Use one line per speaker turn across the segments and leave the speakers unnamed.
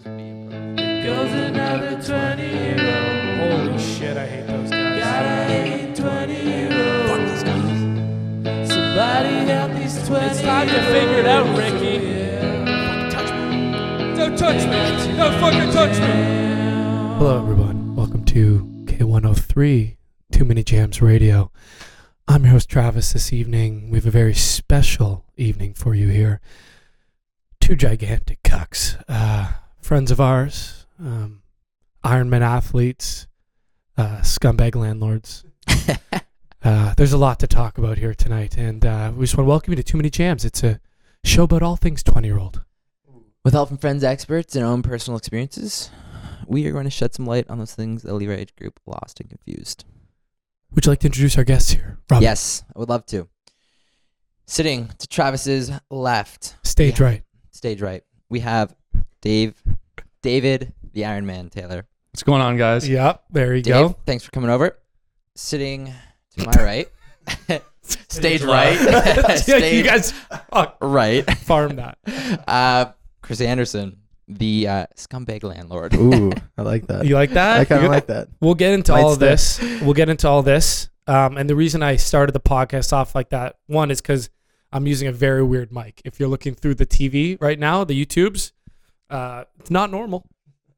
It goes another 20 year
Holy shit, I hate those guys.
old. Gotta hate 20 year old.
Fuck these guys.
Somebody help these 20
It's time to figure it out, Ricky.
Don't touch me. Don't fucking touch me.
Hello, everyone. Welcome to K103 Too Many Jams Radio. I'm your host, Travis, this evening. We have a very special evening for you here. Two gigantic cucks, uh, friends of ours, um, Ironman athletes, uh, scumbag landlords. uh, there's a lot to talk about here tonight, and uh, we just want to welcome you to Too Many Jams. It's a show about all things 20 year old.
With help from friends, experts, and our own personal experiences, we are going to shed some light on those things that leave our age group lost and confused.
Would you like to introduce our guests here? Rob,
Yes, I would love to. Sitting to Travis's left,
stage
Yeah.
right.
stage right, we have Dave, David, the Iron Man Taylor.
What's going on, guys?
Yep, there you
Dave,
go.
thanks for coming over. Sitting to my right, stage right,
Yeah, you
stage
guys fuck,
right,
farm that.
uh, Chris Anderson, the uh, scumbag landlord.
Ooh, I like that.
You like that?
I kind
You-
of like that.
We'll get into
Might
all of
stick.
this. We'll get into all this. Um, and the reason I started the podcast off like that, one is because I'm using a very weird mic. If you're looking through the TV right now, the YouTubes, uh, it's not normal.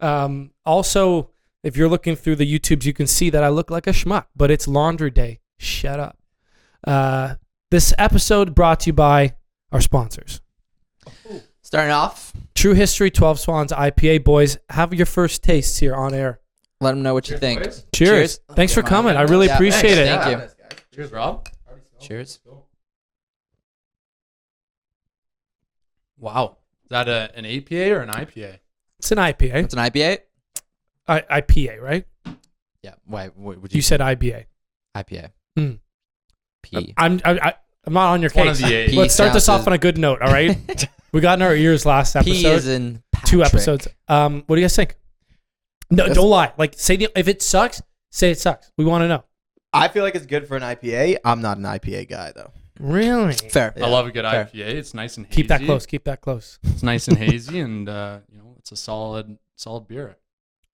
Um, also, if you're looking through the YouTubes, you can see that I look like a schmuck, but it's laundry day. Shut up. Uh, this episode brought to you by our sponsors.
Starting off,
True History 12 Swans IPA. Boys, have your first tastes here on air.
let them know what you think.
Cheers.
Cheers.
Thanks for coming. I really
Yeah,
appreciate it.
thanks. Thank you.
Cheers, Rob.
Cheers.
Wow. Is that a, an APA or an IPA?
It's an IPA.
It's an IPA.
I, IPA, right?
Yeah. Why wh- would you,
You said IBA.
IPA?
Hmm.
P.
I'm I, I, I'm not on your
It's one of
case.
the
P
A's.
Let's start this
sounds
off on a good note, all right? we got in our ears last
P is
Uh, episode.
in
Two
Patrick.
episodes. Um, what do you guys think? No,
That's-
don't lie. Like say the, if it sucks, say it sucks. We want to know.
I feel like it's good for an IPA. I'm not an IPA guy though.
Really?
Fair.
I love a good
Fair.
IPA. It's nice and hazy.
Keep that close. Keep that close.
It's nice and hazy, and uh, you know, it's a solid, solid beer.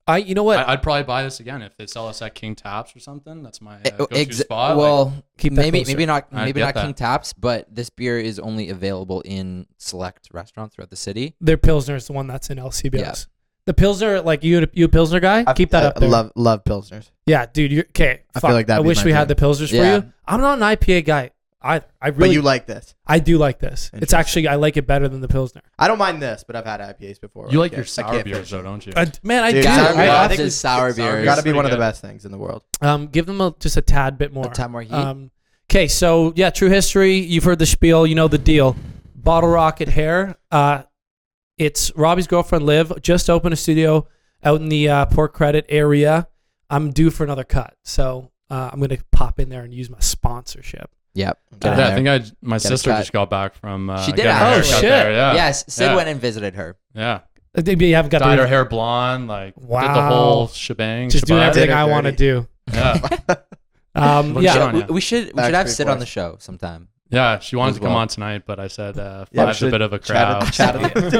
I you know what?
I, I'd probably buy this again if they sell us at King Taps or something. That's my uh,
Eh,
go-to
ex-
spot.
well,
Keep that
maybe
closer.
maybe not
I
maybe
get
not King
that.
Taps, but this beer is only available in select restaurants throughout the city.
Their Pilsner is the one that's in LCBOs.
Yeah.
The Pilsner, like you, you a Pilsner guy,
I-
keep that
I,
up there.
Love love pilsners.
Yeah, dude. You're, okay,
I
fuck.
feel like
I
that'd be
wish
my
we had the
thing.
pilsners
Yeah.
for you. I'm not an IPA guy. I I
But
really
you like this.
I do like this. It's
Interesting.
actually I like it better than the pilsner.
I don't mind this, but I've had IPAs before.
you
where I
like your
can't- I
sour
can't
beers,
finish
though,
it.
don't you?
Uh, man, I
Dude,
do.
sour
Gotta
beer.
I-
I
love
think
this sour
it's sour
beer.
beer.
Gotta be
Pretty
one of the
good.
best things in the world.
um, give them a, just a tad bit more.
A time where he
Um, okay, so yeah, true history. You've heard the spiel. You know the deal. Bottle Rocket Hair. Uh, it's Robbie's girlfriend Liv just opened a studio out in the uh, Port Credit area. I'm due for another cut, so uh, I'm gonna pop in there and use my sponsorship.
Yep.
Yeah,
down
yeah, I
there.
think I my
Get a
sister
cut.
just got back from. Uh,
She did
getting her
actually.
haircut
Oh, shit.
there, Yeah.
Yes. Sid
Yeah.
went and visited her.
Yeah.
Uh, they- You haven't got
Dyed
the
her hair blonde. Like did the
Wow.
whole shebang.
just doing
shabang.
everything
Did her
I want to
dirty.
do.
Yeah.
Um,
Looks
yeah,
Good on
we,
ya.
we should we should have
Backstreet
Sid on
Boys.
the show sometime.
Yeah, she wanted
As
to come
well.
on tonight, but I said uh,
Yeah, we
Five's a
should
bit of a
chat
crowd.
it-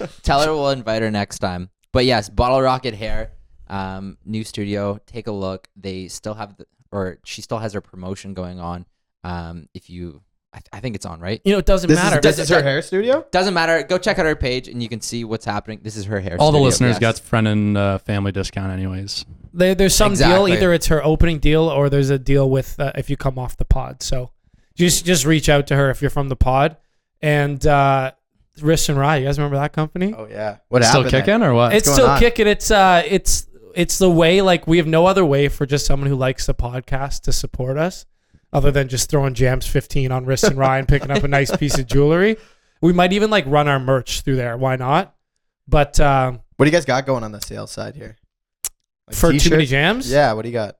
chat
Tell her we'll invite her next time. But yes, Bottle Rocket Hair, um, new studio. Take a look. They still have, the, or she still has her promotion going on. Um, if you, I, I think it's on, right?
you know it doesn't
This
matter.
is, this is her hair studio.
Doesn't matter. Go check out her page, and you can see what's happening. This is her hair.
All the
studio,
listeners
yes.
got friend and uh, family discount, anyways.
There, there's some
Exactly.
deal. Either it's her opening deal, or there's a deal with uh, if you come off the pod. So just just reach out to her if you're from the pod. And uh, Wrist and Rye, you guys remember that company?
Oh yeah. What
Still
happened? there?
kicking or what?
it's
going
still
on?
kicking. It's uh, it's it's the way. Like we have no other way for just someone who likes the podcast to support us, other than just throwing jams 15 on Wrist and Rye and picking up a nice piece of jewelry. We might even like run our merch through there. Why not? But um,
What do you guys got going on the sales side here? Like
for too many
t-shirts?
jams,
Yeah. What do you got?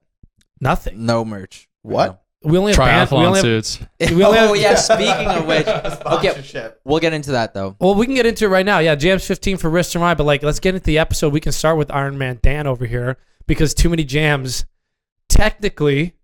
nothing.
no merch.
What?
We only have band, we
Triathlon
only have
suits.
We only have-
oh yeah. Speaking of which, okay,
Sponsorship.
we'll get into that though.
Well, we can get into it right now. Yeah, jams 15 for wrist and rye, but like, let's get into the episode. We can start with Iron Man Dan over here because too many jams technically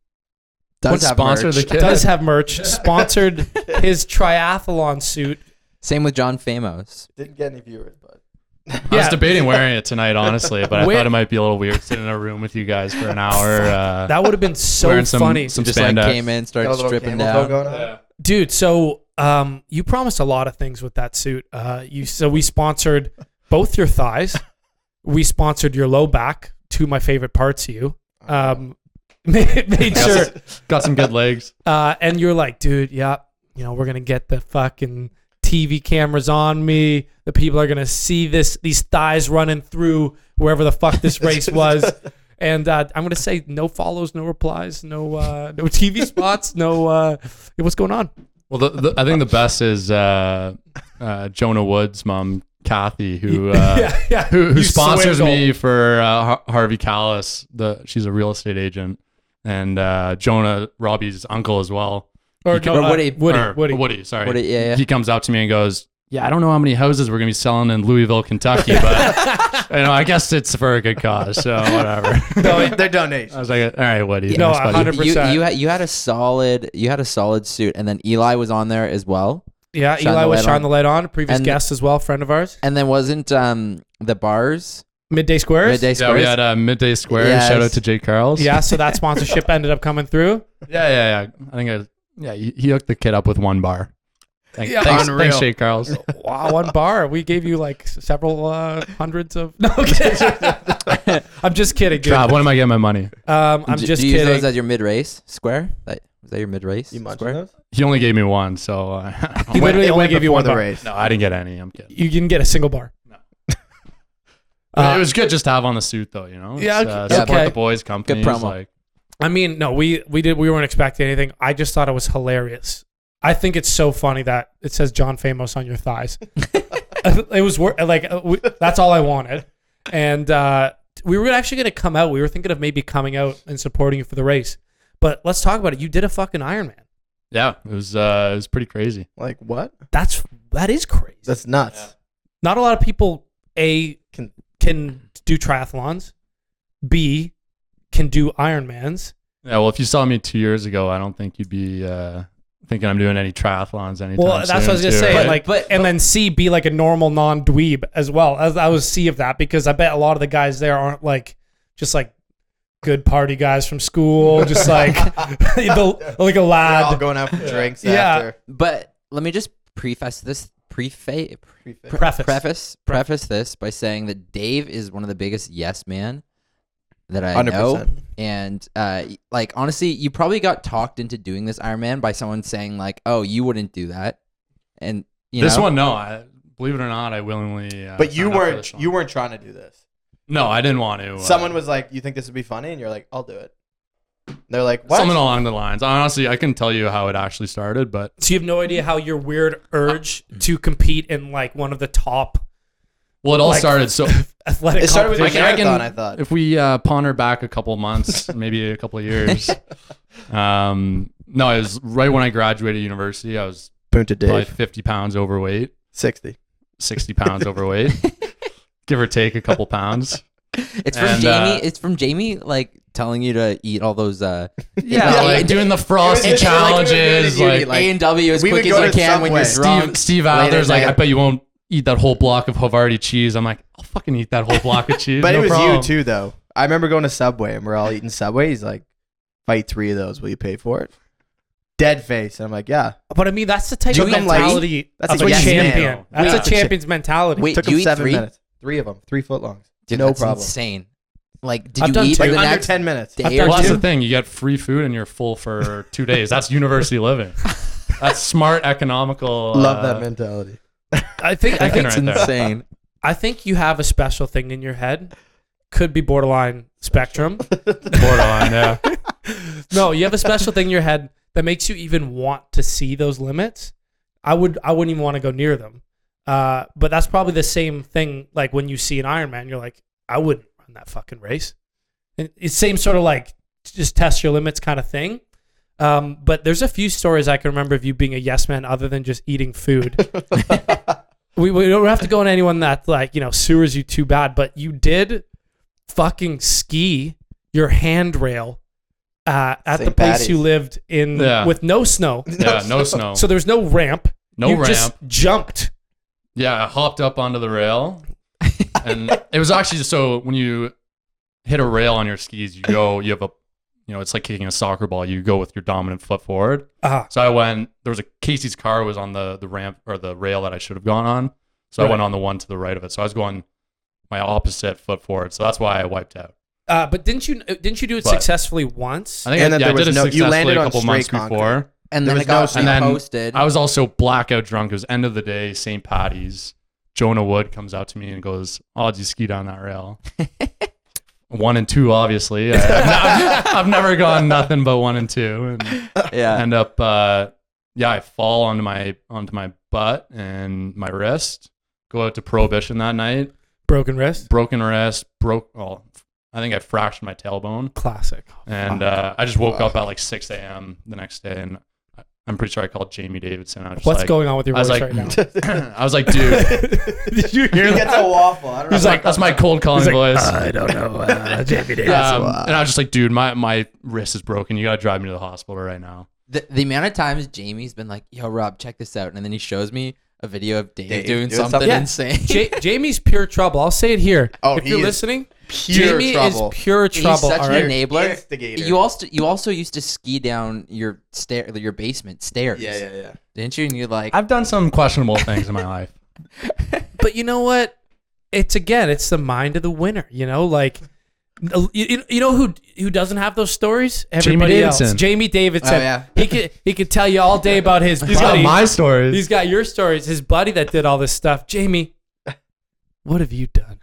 Does have
sponsor
merch.
the kid?
does have merch sponsored his triathlon suit.
Same with John Famos.
Didn't get any viewers, but
I was
Yeah.
debating wearing it tonight, honestly, but I
Where-
thought it might be a little weird sitting in a room with you guys for an hour. Uh,
That would have been so
wearing some,
funny.
Some
just
spandex.
like came in, started
Got a little
stripping
camel toe
down.
going on.
Yeah.
dude so um you promised a lot of things with that suit uh you so we sponsored both your thighs we sponsored your low back two of my favorite parts of you
Uh-huh.
um made, made
Got
sure
some- Got some good legs.
uh and you're like dude yeah you know we're gonna get the fucking tv cameras on me the people are gonna see this these thighs running through wherever the fuck this race was and uh, i'm gonna say no follows no replies no uh no tv spots no uh what's going on
Well, the, the, I think the best is uh, uh, Jonah Wood's mom, Kathy, who uh,
yeah, yeah.
who, who
You
sponsors
swindle.
me for uh, Har- Harvey Callis. The she's a real estate agent, and uh, Jonah Robbie's uncle as well.
Or,
You can-
no,
or
uh,
Woody.
Woody,
Or
Woody.
Woody, sorry.
Woody, yeah, yeah.
He comes up to me and goes, "Yeah, I don't know how many houses we're gonna be selling in Louisville, Kentucky, but you know, I guess it's for a good cause, so whatever."
No, they're
I
donations.
was like, "All right, Woody,
No,
thanks, buddy."
100
You, you,
100%.
had, you had a solid you had a solid suit, and then Eli was on there as well.
Yeah,
Shine
Eli
the
was
light
shine
on.
the light on. Previous
And-
guest as well, friend of ours.
And then wasn't um the bars
Midday Squares.
midday
Yeah, we
squares?
had uh, midday square.
Yes.
Shout out to Jake Carls.
Yeah, so that sponsorship ended up coming through.
yeah, yeah, yeah. I think I, yeah, he, he hooked the kid up with one bar. Thank-
Yeah.
thanks,
Unreal.
thanks, Jake Carls.
Wow, one bar. We gave you like several uh, hundreds of. No, I'm kidding. I'm just kidding, dude.
Rob, when am I getting my money?
Um, I'm
do,
just
do you use
kidding.
those at your mid race square? That, was that your mid race?
You
square?
munching those?
He only gave me one, so uh,
He
Went-
literally only
it went
gave you
before
one
the
bar.
race.
no, I didn't get any. I'm kidding.
You didn't get a single bar.
No.
Uh,
it was good just to have on the suit, though. You know,
Yeah,
It's, uh,
okay.
support
Okay.
the boys company.
promo.
Like,
I mean, no, we we did we weren't expecting anything. I just thought it was hilarious. I think it's so funny that it says John Famos on your thighs. it was wor- like uh, we, that's all I wanted, and uh, we were actually going to come out. We were thinking of maybe coming out and supporting you for the race. But let's talk about it. You did a fucking Ironman.
yeah, it was uh, it was pretty crazy.
Like what?
That's that is crazy.
That's nuts.
Not a lot of people a can
Can-
can do triathlons, b can do Ironmans.
Yeah, well, if you saw me two years ago, I don't think you'd be uh, thinking I'm doing any triathlons anytime
Well, that's what I was
soon,
gonna say.
too, right?
like,
But-
and then C be like a normal non dweeb as well. As I was C of that because I bet a lot of the guys there aren't like just like good party guys from school, just like the, like a
They're all
lad.
going out for drinks
Yeah.
after.
But let me just preface this preface
Pre-fit.
pre-
Preface.
preface preface this by saying that Dave is one of the biggest yes man that I know,
100%.
and uh, y- like honestly, you probably got talked into doing this Ironman by someone saying like, "Oh, you wouldn't do that," and you
this
know,
one, no. I, believe it or not, I willingly. Uh,
But you
signed up for
weren't
this one.
you weren't trying to do this.
No, I didn't want to. uh,
Someone was like, "You think this would be funny?" And you're like, "I'll do it." And they're like, "What?"
Something along the lines. Honestly, I couldn't tell you how it actually started, but
So you have no idea how your weird urge to compete in like one of the top
well, it all
Like-
started. So
athletic.
It started with your
I can- I can-
marathon. I thought.
if we uh, ponder back a couple months, maybe a couple of years. Um, no, it was right when I graduated university. I was
Punta
probably 50 pounds overweight,
sixty.
60 pounds overweight, give or take a couple pounds.
it's from
and, uh,
Jamie. it's from Jamie like telling you to eat all those uh,
Yeah,
Yeah,
like
like-
doing the frosty
It was- it was like doing
challenges.
the
Like,
uni, Like,
A and W as
we would
quick as
go
you
to
can when you're
Subway.
drunk.
Steve, Steve
late
Ather's
at
like, I
night.
bet you won't eat that whole block of Havarti cheese. I'm like, I'll fucking eat that whole block of cheese.
But
no
it was
problem."
you too, though. I remember going to Subway and we're all eating Subway. He's like, "Fight three of those. Will you pay for it?" Dead face, and I'm like, "Yeah."
but I mean, that's the type
Took
of
him, like-
mentality
That's
of
a
a
yes man.
champion. That's
Wait,
a champion's mentality.
Wait,
Took
you
him
eat
seven
three?
minutes. Three of them. Three foot longs.
Dude,
no
that's
problem.
Insane. Like, did
I've
you
done
eat
two.
Like
for the
under
next
ten minutes.
day
done
or
Well, that's
two?
the thing. You get free food and you're full for two days. That's university living. That's smart, economical.
Love
uh,
that mentality.
I think I
thinking
think
right there.
insane.
I think you have a special thing in your head. Could be borderline spectrum.
Borderline, yeah.
no, you have a special thing in your head that makes you even want to see those limits. I would I wouldn't even want to go near them. Uh, but that's probably the same thing. Like when you see an Ironman, you're like, I wouldn't run that fucking race. And it's same sort of like just test your limits kind of thing. Um, but there's a few stories I can remember of you being a yes man, other than just eating food. we, we don't have to go on anyone that like you know sewers you too bad, but you did fucking ski your handrail uh, at the
St.
place
Paddy's.
you lived in
Yeah.
with no snow.
Yeah, no snow.
So there was Oh. no ramp.
no
you
ramp.
Just jumped.
Yeah, I hopped up onto the rail and it was actually just so when you hit a rail on your skis, you go, you have a, you know, it's like kicking a soccer ball. You go with your dominant foot forward.
Ah,
So I went. There was a Casey's car was on the the ramp or the rail that I should have gone on. So I
Right.
went on the one to the right of it. So I was going my opposite foot forward. So that's why I wiped out.
uh, but didn't you didn't you do it
But-
successfully once?
I think
And
I,
that
yeah,
there
I did
was
it
no- you
successfully
landed
a
on
couple
straight
months
concrete.
before.
and
There
then
was
it got
no- and then
reposted.
I was also blackout drunk. It was end of the day, St. Patty's. Jonah Wood comes out to me and goes, "Oh, did you ski down that rail?" one and two, obviously. I, have never gone nothing but one and two, and
yeah.
end up, uh, yeah, I fall onto my onto my butt and my wrist. Go out to prohibition that night.
Broken wrist,
Broken wrist. Broke. Oh, I think I fractured my tailbone.
classic.
And uh, I just woke up at like 6 a.m. the next day, and I- I'm pretty sure I called Jamie Davidson. I was just
What's
like,
going on with your
I was
voice
like,
right now?
I was like, dude,
Did you hear
He
that?
gets a waffle. I don't know.
he's like, that's my cold calling voice.
don't know. Uh, Jamie Davis.
um, and I was just like, dude, my, my wrist is broken. You gotta drive me to the hospital right now.
the, the amount of times Jamie's been like, "Yo, Rob, check this out," and then he shows me a video of Dave,
Dave
doing,
doing
something,
something? Yeah.
insane.
Ja- Jamie's pure trouble. I'll say it here.
Oh,
if
he
you're
is
listening,
Pure
Jamie
trouble.
is pure trouble.
He's such
all
an
right?
enabler.
Instigator.
You also you also used to ski down your stair your basement stairs.
Yeah, yeah, yeah.
Didn't you? And you're like,
I've done some questionable things in my life.
but you know what? It's again, it's the mind of the winner. You know, like you, you- you know who who doesn't have those stories? Everybody else.
Davidson.
Jamie Davidson.
Oh, yeah.
He could he could tell you all day about his.
He's got
buddy.
my stories.
He's got your stories. His buddy that did all this stuff. Jamie, what have you done?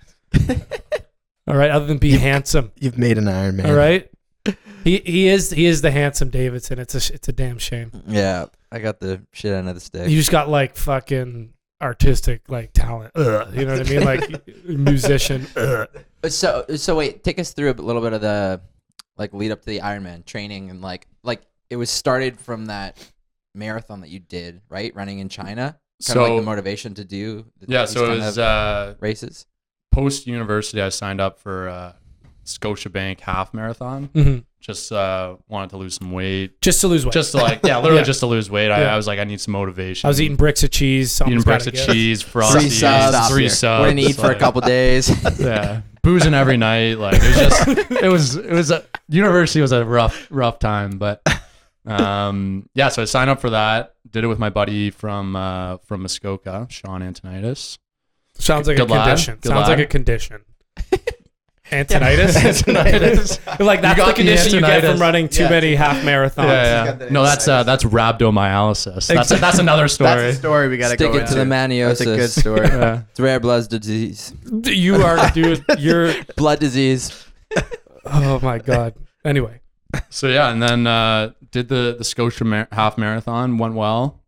all right, other than be handsome.
You've made an Iron Man.
All right. He, he is he is the handsome Davidson. It's a sh- it's a damn shame.
yeah, I got the shit out of the stick.
You just got like fucking artistic like talent. Ugh, you know what I mean? Like musician. Ugh.
Uh, so so wait, take us through a little bit of the like lead up to the Ironman training and like like it was started from that marathon that you did right running in China. Kind
So-
of like the motivation to do the,
yeah,
these
so it
kind
was
of
uh,
races.
post university. I signed up for uh, Scotiabank half marathon.
Mhm.
Just uh, wanted to lose some weight.
Just to lose weight.
Just to like, yeah, literally
Yeah.
just to lose weight. I,
Yeah.
I was like, I need some motivation.
I was eating bricks of cheese.
eating
something's
bricks
gotta
of
give.
cheese, frosties, three subs,
subs.
three
What did eat for a
like,
couple days.
Yeah, boozing every night. Like it was just, it was, it was. A, university was a rough, rough time, but um, yeah. So I signed up for that. Did it with my buddy from uh, from Muskoka, Sean Antonitis.
Sounds like a
Good lad.
condition.
Good
Sounds like
lad.
a condition. Antonitis.
Antonitis.
like that's
got
the
the
condition you get from
antonitis.
running too
Yeah.
many half marathons.
Yeah,
got
yeah.
that
No, that's uh,
anxiety.
that's rhabdomyolysis. That's
Exactly.
that's another
That's
story.
a story we got to
Stick
go
it to the
into.
maniosis.
That's a good story.
Yeah.
It's rare blood disease.
You are dude. You're.
Blood disease.
Oh my god. Anyway,
So yeah, and then uh, did the the Scotia mar- half marathon went well,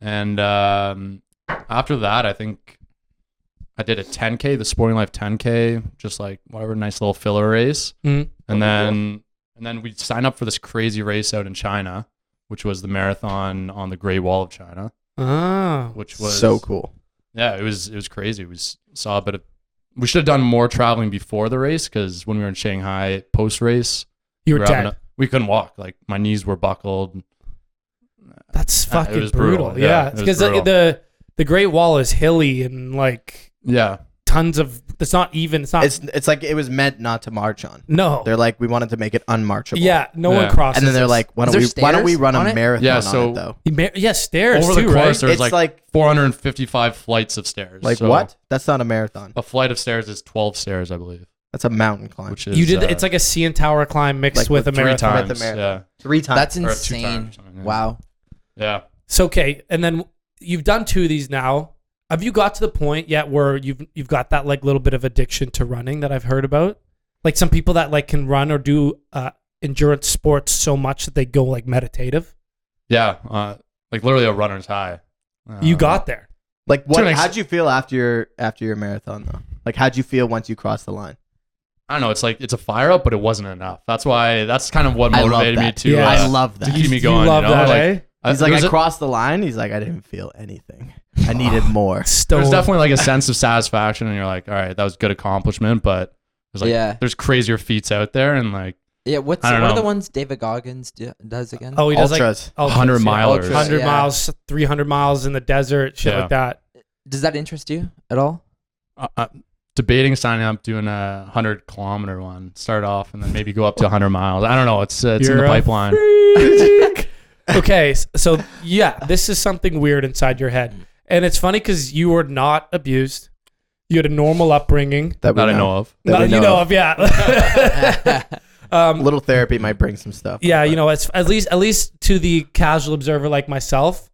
and um, after that, I think I did a 10k, the Sporting Life 10k, just like whatever, nice little filler race,
Mhm.
and then and then we signed up for this crazy race out in China, which was the marathon on the Great Wall of China,
oh,
which was
So cool.
yeah, it was it was crazy. We s- saw a bit of. We should have done more traveling before the race because when we were in Shanghai post race,
you
we,
were
were having
dead.
a- we couldn't walk. Like my knees were buckled. Uh,
That's
it
fucking
was
brutal.
brutal.
Yeah,
Yeah, it was
because the,
brutal.
the the Great Wall is hilly and like
Yeah,
tons of. It's not even. It's not.
It's it's like it was meant not to march on.
no.
They're like we wanted to make it unmarchable.
Yeah, no one
Yeah.
crosses.
And then they're
it.
like, why
Is
don't we
there
why don't we
stairs
run
on
a
it?
marathon
Yeah,
on
so-
it though?
Ma- yeah, stairs
over
too,
the course
right?
there's
It's
like,
like-
455 flights of stairs.
Like
So
what? That's not a marathon.
A flight of stairs is 12 stairs, I believe.
That's a mountain climb.
Which is
You did.
uh,
it's like a CN Tower climb mixed
Like
with,
with
a
three
marathon.
With the
times. Yeah,
marathon. Three times.
That's
Or two
insane.
times, something, yeah.
Wow.
yeah.
So okay, and then you've done two of these now. Have you got to the point yet where you've you've got that like little bit of addiction to running that I've heard about? Like some people that like can run or do uh, endurance sports so much that they go like meditative.
Yeah, uh, like literally a runner's high. Uh,
you got there.
like what?
an ex-
how'd you feel after your after your marathon though? Like how'd you feel once you crossed the line?
I don't know. It's like it's a fire up, but it wasn't enough. That's why. That's kind of what
I love
motivated me
that.
to.
Yeah.
uh,
I love
to
that.
keep me Uh,
You
going. You
love
know?
that,
like,
eh?
He's
there
like
was
I
a-
crossed the line. He's like I didn't feel anything. I needed more.
Stone.
There's definitely like a sense of satisfaction, and you're like, all right, that was a good accomplishment, but there's like,
Yeah.
there's crazier feats out there, and like
Yeah. What's
I
what
don't
are the
know.
ones David Goggins do, does again?
oh, he does
Ultras.
like
100 milers.
Ultras.
hundred
Yeah.
miles, three hundred miles in the desert, shit
Yeah.
like that.
does that interest you at all?
uh, uh, debating signing up doing a hundred kilometer one. Start off and then maybe go up to hundred miles. I don't know. It's uh, it's in
You're
the
a
pipeline.
okay, s- so yeah, this is something weird inside your head, and it's funny because you were not abused. You had a normal upbringing.
That we
That I know of.
That
Not,
we
you know of, yeah. Um,
A little therapy might bring some stuff.
yeah, you know, it's, at least at least to the casual observer like myself,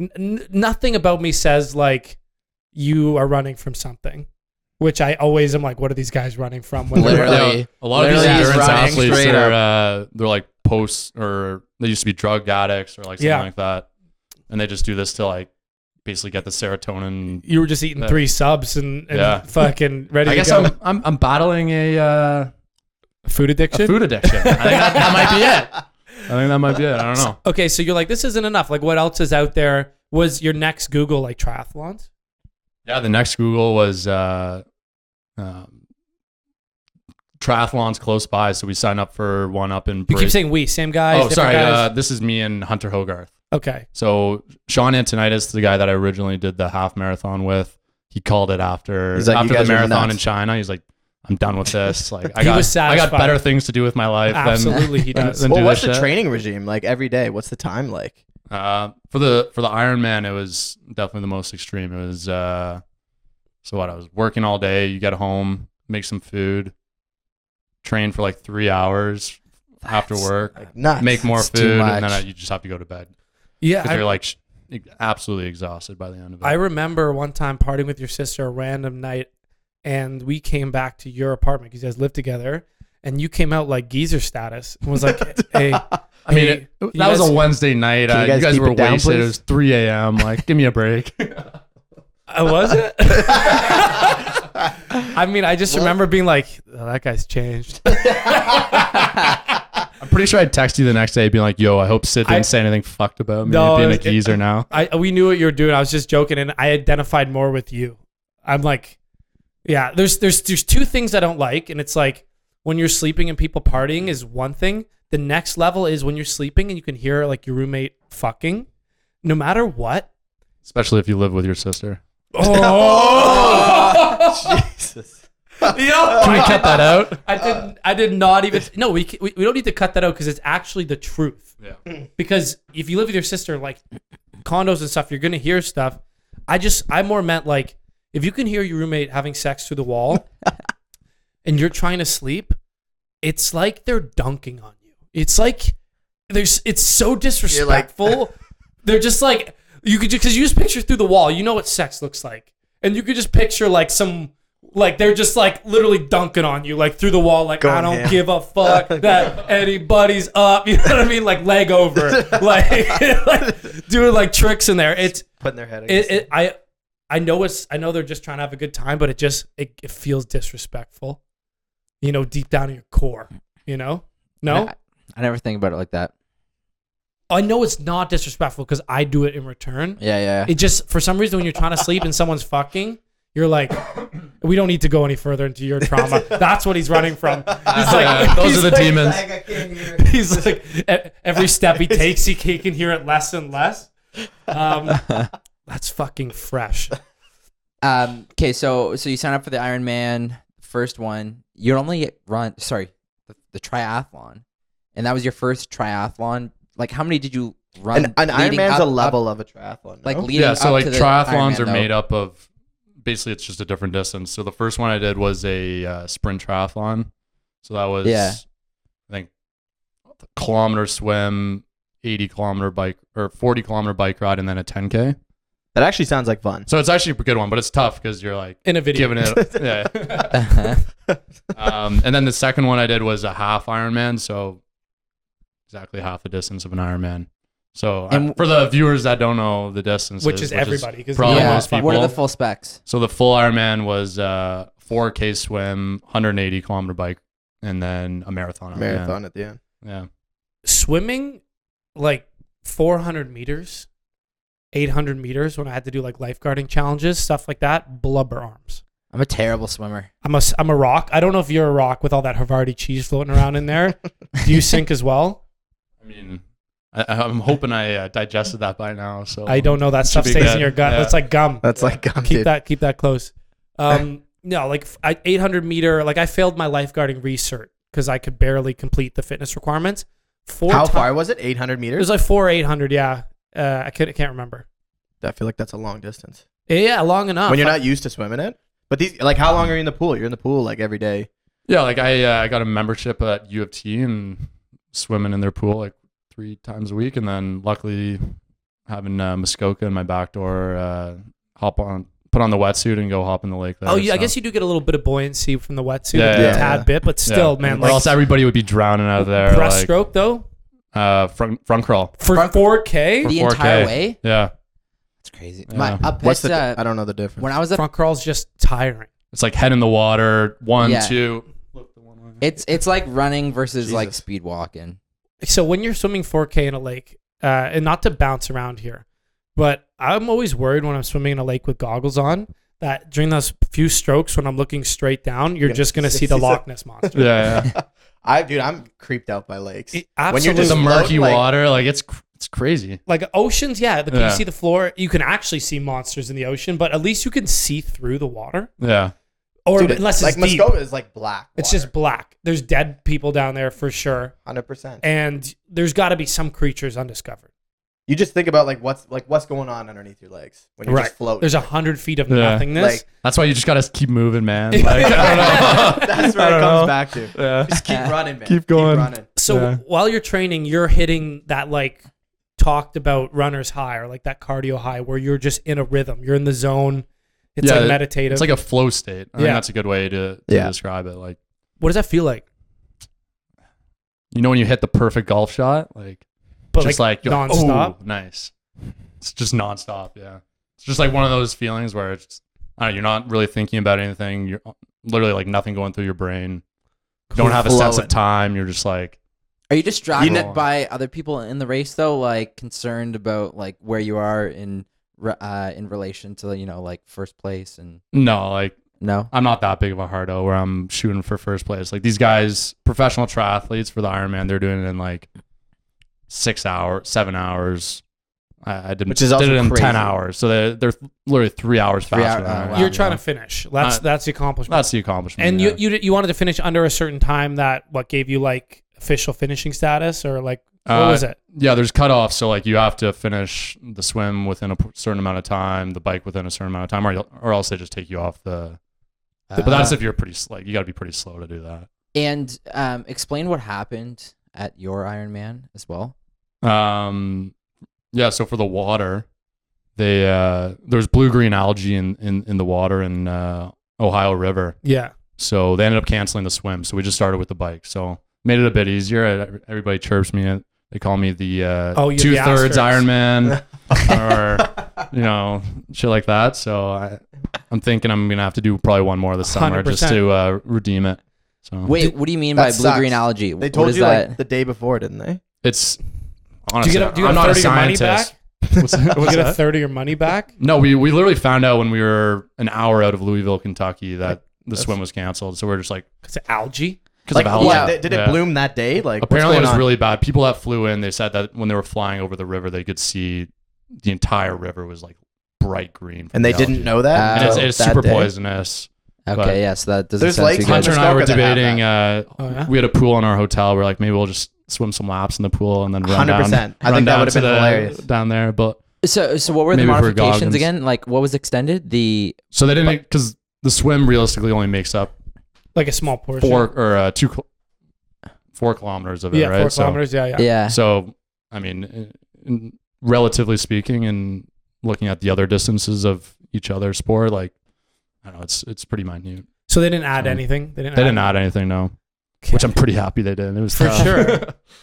n- n- nothing about me says like you are running from something, which I always am like, what are these guys running from? When they're-
Literally.
Yeah, a lot of these
Literally he's
endurance
running
athletes
straight
are uh, they're like post or they used to be drug addicts or like something
Yeah.
like that, and they just do this to like basically get the serotonin.
you were just eating
Yeah.
three subs and, and
Yeah.
fucking ready
I
to
guess
go.
I'm, I'm I'm battling a uh,
food addiction.
a food addiction. I think that, that might be it. I think that might be it. I don't know.
okay, so you're like, this isn't enough. Like, what else is out there? Was your next Google like triathlons?
Yeah, the next Google was uh, um, triathlons close by, so we signed up for one up in.
You
Bra-
keep saying we, same guys.
oh,
different
sorry. Uh,
guys.
this is me and Hunter Hogarth.
okay.
So Sean Antonitis, the guy that I originally did the half marathon with, he called it after
He's like,
after
"You
the
guys are
marathon
nuts."
in China. He's like, I'm done with this. Like I
He
got
was
I got
satisfied.
better things to do with my life than
Absolutely, he
than,
does.
than
Well,
do
what's
this
the
shit.
training regime like every day? What's the time like?
Uh, for the for the Ironman, it was definitely the most extreme. It was uh, so what I was working all day. You get home, make some food, train for like three hours after
That's-
work,
Like nuts.
make more
It's too
food,
much.
and then uh, you just have to go to bed
yeah,
because
I,
you're like sh- absolutely exhausted by the end of it.
I remember one time partying with your sister a random night, and we came back to your apartment because you guys lived together, and you came out like geezer status and was like, hey,
I mean,
hey,
it, that
you
was
guys-
a Wednesday night.
Can
Uh,
you
you
guys
guys,
keep
were
it down,
wasted. It
please?
was 3 a.m. Like, give me a break.
I uh, was it. I mean, I just remember being like, oh, that guy's changed.
I'm pretty sure I'd text you the next day being like, yo, I hope Sid didn't
I-
say anything fucked about me
No,
being a
it-
geezer now.
I we knew what you were doing. I was just joking, and I identified more with you. I'm like, yeah. There's there's there's two things I don't like, and it's like when you're sleeping and people partying is one thing. The next level is when you're sleeping and you can hear like your roommate fucking, no matter what.
Especially if you live with your sister.
Oh,
Jesus.
Can we cut that out?
I did. I did not even. No, we, ca- we we don't need to cut that out because it's actually the truth.
Yeah.
Because if you live with your sister, like condos and stuff, you're gonna hear stuff. I just I more meant like if you can hear your roommate having sex through the wall, and you're trying to sleep, it's like they're dunking on you. It's like there's it's so
like-
disrespectful. they're just like you could because you just picture through the wall. You know what sex looks like, and you could just picture like some. Like they're just like literally dunking on you, like through the wall, like I
Going
don't
ham.
give a fuck that anybody's up. You know what I mean? Like leg over, like, like doing like tricks in there. It's
Putting their head
it,
against
it I I know it's I know they're just trying to have a good time, but it just it, it feels disrespectful. You know, deep down in your core. You know? No?
I, I never think about it like that.
I know it's not disrespectful because I do it in return.
Yeah, yeah.
It just for some reason when you're trying to sleep and someone's fucking you're like, we don't need to go any further into your trauma. That's what he's running from. He's like,
Yeah, those
he's
are the
like-
demons.
He's like, e- every step he takes, he, he can hear it less and less. Um, that's fucking fresh.
Um, okay, so so you sign up for the Ironman, first one. You only get run, sorry, the, the triathlon, and that was your first triathlon. Like, how many did you run?
An, an
leading
Ironman's
up-
a
up-
level of a triathlon.
like
no?
leading
Yeah, so
up
like
to the
triathlons
Ironman,
are
though.
made up of basically it's just a different distance. So the first one I did was a uh, sprint triathlon. So that was,
Yeah.
I think, kilometer swim, 80 kilometer bike or 40 kilometer bike ride, and then a 10K.
that actually sounds like fun.
So it's actually a good one, but it's tough because you're like
In a video.
giving it. Yeah. um, and then the second one I did was a half Ironman, so exactly half the distance of an Ironman. So I-
And-
for the viewers that don't know the distance,
Which is everybody, 'cause
probably
Yeah.
most people.
What are the full specs?
so the full Ironman was uh, 4K swim, 180 kilometer bike, and then a marathon. at the end.
Marathon at the end.
Yeah.
Swimming like 400 meters, 800 meters when I had to do like lifeguarding challenges, stuff like that, blubber arms.
I'm a terrible swimmer.
I'm a, s- I'm a rock. I don't know if you're a rock with all that Havarti cheese floating around in there. Do you sink as well?
I mean, I, I'm hoping I uh, digested that by now. So
I don't know. That stuff
be
stays
good.
in your gut.
Yeah.
Uh,
That's like gum.
That's like gum,
keep
dude.
that keep that close. Um, no, like f- I, 800 meter, like I failed my lifeguarding recert because I could barely complete the fitness requirements. Four
How
ti-
far was it? 800
It was
meters?
like four 800, yeah. Uh, I, could, I can't remember. Eh,
I feel like that's a long distance.
Yeah, long enough.
when you're not used to swimming it. But these, like, how long are you in the pool? You're in the pool like every day.
Yeah, like I uh, I got a membership at U of T and swimming in their pool like three times a week, and then luckily having uh, Muskoka in my back door, uh, hop on, put on the wetsuit and go hop in the lake. There,
Oh, yeah, I
so-
guess you do get a little bit of buoyancy from the wetsuit,
Yeah,
like a
yeah,
tad
yeah.
bit, but
Yeah.
still, man,
or
like
else everybody would be drowning out of there. Like,
breaststroke though
uh, front front crawl.
for
Front-
4K.
the
4K.
entire way.
Yeah,
That's crazy.
Yeah.
My up
What's
at, uh,
the? I don't know the difference.
when I was up,
Front crawl's just tiring.
it's like head in the water. One,
Yeah.
two.
it's it's like running versus like
Jesus.
speed walking.
So when you're swimming 4K in a lake, uh, and not to bounce around here, but I'm always worried when I'm swimming in a lake with goggles on that during those few strokes when I'm looking straight down, you're
Gonna
just gonna
see-
see the
see the-
Loch Ness monster.
Yeah, yeah.
I dude, I'm creeped out by lakes.
It-
When you're
absolutely.
just
the murky
float, like-
water, like it's cr- it's crazy.
like oceans, yeah, the,
Yeah.
you see the floor, you can actually see monsters in the ocean, but at least you can see through the water,
Yeah,
or
Dude,
unless
like
it's deep.
Muskoka is like black.
It's just black. There's dead people down there for sure.
hundred percent.
and there's got to be some creatures undiscovered.
You just think about like what's like what's going on underneath your legs when you're just floating.
There's a hundred feet of
Yeah.
nothingness.
Like-
that's why you just gotta keep moving, man. Like, I don't know.
That's
I
where it
don't
comes
know.
back to.
Yeah.
Just keep running, man.
Keep going.
running.
so
Yeah.
while you're training, you're hitting that like talked about runner's high or like that cardio high where you're just in a rhythm. You're in the zone. It's
Yeah,
like
it-
meditative.
It's like a flow state. I think
Yeah.
that's a good way to, to
Yeah.
describe it. Like
what does that feel like?
you know when you hit the perfect golf shot, like
But
just like, you're like,
nonstop?
"Ooh, nice. It's just nonstop. Yeah, it's just like one of those feelings where it's just, I don't know, you're not really thinking about anything. You're uh, literally like nothing going through your brain. You don't have a sense
Flowing.
of time. You're just like
Are you distracted
know-
by other people in the race though? Like concerned about like where you are in re- uh, in relation to you know like first place and
no, like
no.
I'm not that big of a hardo where I'm shooting for first place. Like these guys, professional triathletes for the Ironman, they're doing it in like six hours, seven hours. I, I did,
Which is
did
also
it in
crazy.
ten hours, so they're they're literally three hours
Three
faster.
hour-
than I
oh,
am,
wow.
you're
you
trying
know?
to finish. That's
Uh,
that's the accomplishment.
That's the accomplishment.
and
yeah.
you you you want to finish under a certain time that what gave you like official finishing status or like what
Uh,
was it?
yeah, there's cutoffs, so like you have to finish the swim within a p- certain amount of time, the bike within a certain amount of time, or you'll- or else they just take you off the. but that's if you're pretty s- like you got to be pretty slow to do that.
Uh, and um, explain what happened at your Ironman as well.
Um, yeah. So for the water, they uh, there's blue green algae in, in in the water in uh, Ohio River.
Yeah.
So they ended up canceling the swim. So we just started with the bike. So made it a bit easier. E- Everybody chirps me. They call me the uh,
Oh, you're the
two thirds
asterisk.
Iron Man, or you know shit like that. So I, I'm thinking I'm gonna have to do probably one more this summer just
100%.
to uh, redeem it. So
Wait, what do you mean
That
by blue green
sucks.
algae?
They
What
told
is
you
that?
like the day before, didn't they?
it's
Do
honestly
you get a, do you
I'm
get a
not a
third of your money back?
scientist. What's-
Do you
what's
get a
that?
third of your money back?
No, we, we literally found out when we were an hour out of Louisville, Kentucky, that the
That's-
swim was canceled. So we are just like,
Because algae.
because
Like,
of algae.
what? They- did it
Yeah.
bloom that day? Like what's
Apparently, it
going
was
on?
really bad. People that flew in, they said that when they were flying over the river, they could see the entire river was like bright green. from
and they
the
didn't
algae.
know that.
And
Oh,
it's, it's
That
super
day?
poisonous. but-
okay, yeah, so that doesn't
There's
sound
lakes
too
on
Hunter
good.
and I were
Muskoka that have
debating. Uh,
Oh, yeah?
We had a pool in our hotel. We are like, maybe we'll just swim some laps in the pool and then run down.
100%. I
run
think that
down
would've
to
been
the-
hilarious.
down there. But
So, so what were the
Maybe for
modifications
Goggins.
again? Like, what was extended? The
so they didn't because the swim realistically only makes up
Like a small portion.
four or uh, two, kil- four kilometers of it,
Yeah,
right?
four
So-
kilometers. Yeah, yeah.
yeah,
So, I mean, in- in- relatively speaking, and looking at the other distances of each other sport, like I don't know, it's it's pretty minute.
So they didn't add
Um,
anything. They didn't.
They didn't add anything, no, which I'm pretty happy they did. It was
For
tough.
sure.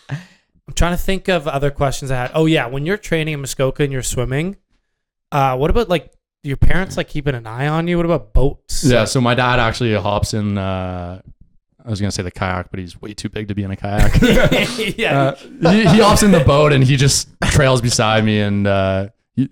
I'm trying to think of other questions I had. Oh yeah, when you're training in Muskoka and you're swimming, uh, what about like do your parents like keeping an eye on you? What about boats?
yeah. So my dad actually hops in. Uh, I was gonna say the kayak, but he's way too big to be in a kayak.
yeah.
Uh, he, he hops in the boat and he just trails beside me and uh, he,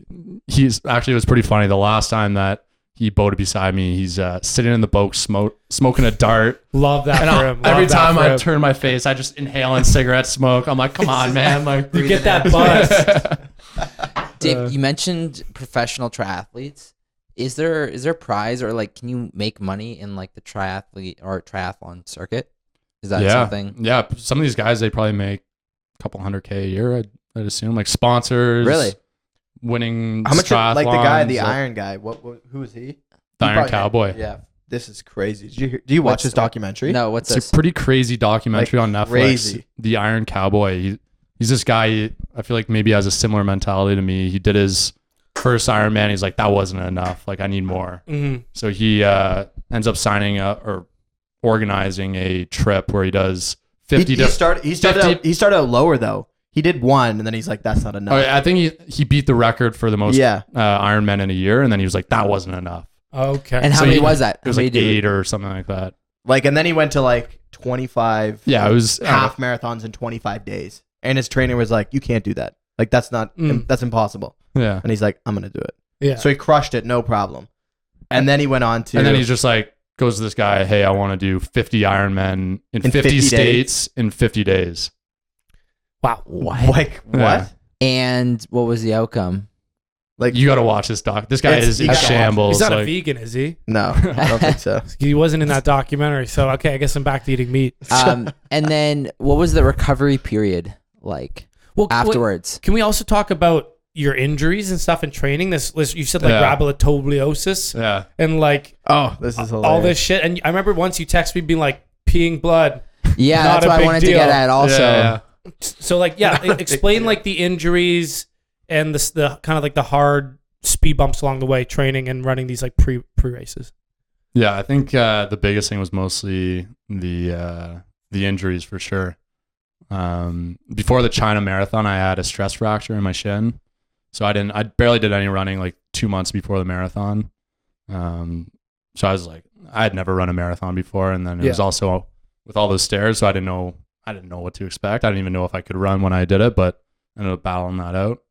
he's actually it was pretty funny the last time that he boated beside me he's uh, sitting in the boat smoke, smoking a dart
love that
and
for
I-
him.
every
Love that
time
for
i
him.
turn my face i just inhale in cigarette smoke i'm like come on man like
you get that buzz.
Dave, you mentioned professional triathletes. is there is there a prize or like can you make money in like the triathlete or triathlon circuit? Is that
yeah.
something?
Yeah. Some of these guys, they probably make a couple hundred K a year, I'd, I'd assume. Like sponsors.
Really?
Winning.
How much? Like the guy,
triathlons,
the
like
Iron guy. What? what who is he?
The
He
Iron
probably-
Cowboy.
Yeah. This is crazy. Did you hear, do you watch
What's-
this documentary?
No, what's
It's
this?
a pretty crazy documentary
Like,
on Netflix.
crazy.
The Iron Cowboy. He, he's this guy. he- I feel like maybe has a similar mentality to me. He did his first Iron Man. He's like, that wasn't enough. Like, I need more.
Mhm.
So he uh, ends up signing up or organizing a trip where he does
He,
50
he
different.
started. He started.
50
Out, he started out lower though. He did one, and then he's like, "That's not enough."
Oh, I think he, he beat the record for the most
Yeah.
uh, Iron Men in a year. And then he was like, that wasn't enough.
Okay.
And how
So
many
you-
was that?
It was
How many
like
did-
eight or something like that.
Like, and then he went to like 25.
Yeah, it was- uh,
half marathons in 25 days, and his trainer was like, "You can't do that. Like, that's not.
Mm.
That's impossible."
Yeah.
And he's like, "I'm gonna do it."
yeah.
So he crushed it, no problem. And then he went on to.
And then he's just like, goes to this guy, hey, I want to do 50 Iron Men in,
In
50,
50 days.
states in 50 days.
wow.
What?
like what?
Yeah.
And what was the outcome?
Like
You got to watch this doc. This guy
It's-
is
you
in
gotta watch-
shambles.
He's not a
like-
vegan, is he?
no, I don't think so.
He wasn't in that documentary, so okay, I guess I'm back to eating meat.
Um, and then what was the recovery period like
Well, c- wait,
afterwards?
can we also talk about your injuries and stuff in training? This, this you said like
Yeah.
rhabdomyolysis
yeah.
and like
Oh, this is hilarious.
all this shit. And I remember once you text me being like peeing blood.
Yeah,
Not
that's
a
what I
big
wanted to get
deal.
at. Also,
Yeah, yeah.
So like yeah, e- explain like the injuries and this the kind of like the hard speed bumps along the way, training and running these like pre pre races.
Yeah, I think uh, the biggest thing was mostly the uh, the injuries for sure. Um, before the China Marathon, I had a stress fracture in my shin, so I didn't. I barely did any running like two months before the marathon. Um, so I was like, I had never run a marathon before, and then it was
Yeah.
also with all those stairs, so I didn't know. I didn't know what to expect. I didn't even know if I could run when I did it, but I ended up battling that out.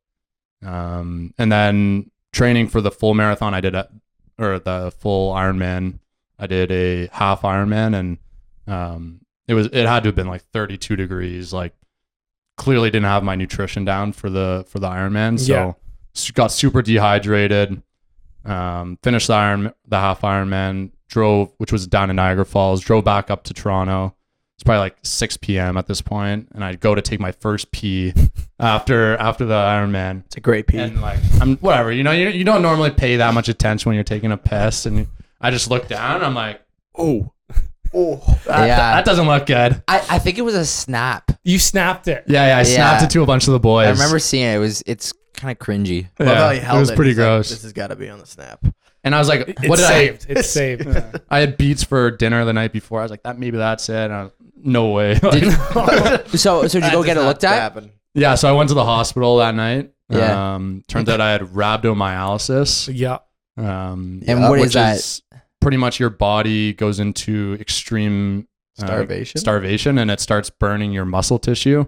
Um, and then training for the full marathon, I did a, or the full Ironman. I did a half Ironman, and um, it was it had to have been like 32 degrees. Like clearly didn't have my nutrition down for the for the Ironman, so
Yeah.
s- got super dehydrated. Um, finished the Iron the half Ironman, drove which was down in Niagara Falls, drove back up to Toronto. It's probably like 6 p.m. at this point, and I'd go to take my first pee after after the Ironman
It's a great piece.
and like I'm whatever you know you, you don't normally pay that much attention when you're taking a piss and I just look down and I'm like oh
oh,
that,
Yeah.
that doesn't look good
I, I think it was a snap.
You snapped it.
yeah yeah I snapped
Yeah.
it to a bunch of the boys
I remember seeing it. It was it's kind of cringy.
yeah,
Love how he held
it was pretty
He's like,
gross
this has got to be on the snap.
and I was like
It's
what did
saved. It's saved.
I I had beats for dinner the night before I was like that maybe that's it and I was, no way Like,
So so did you go get it looked at?
yeah so I went to the hospital that night
Yeah.
um turns out I had rhabdomyolysis
yeah.
um
Yeah,
and what
which
is that?
is pretty much your body goes into extreme uh,
Starvation?
starvation, and it starts burning your muscle tissue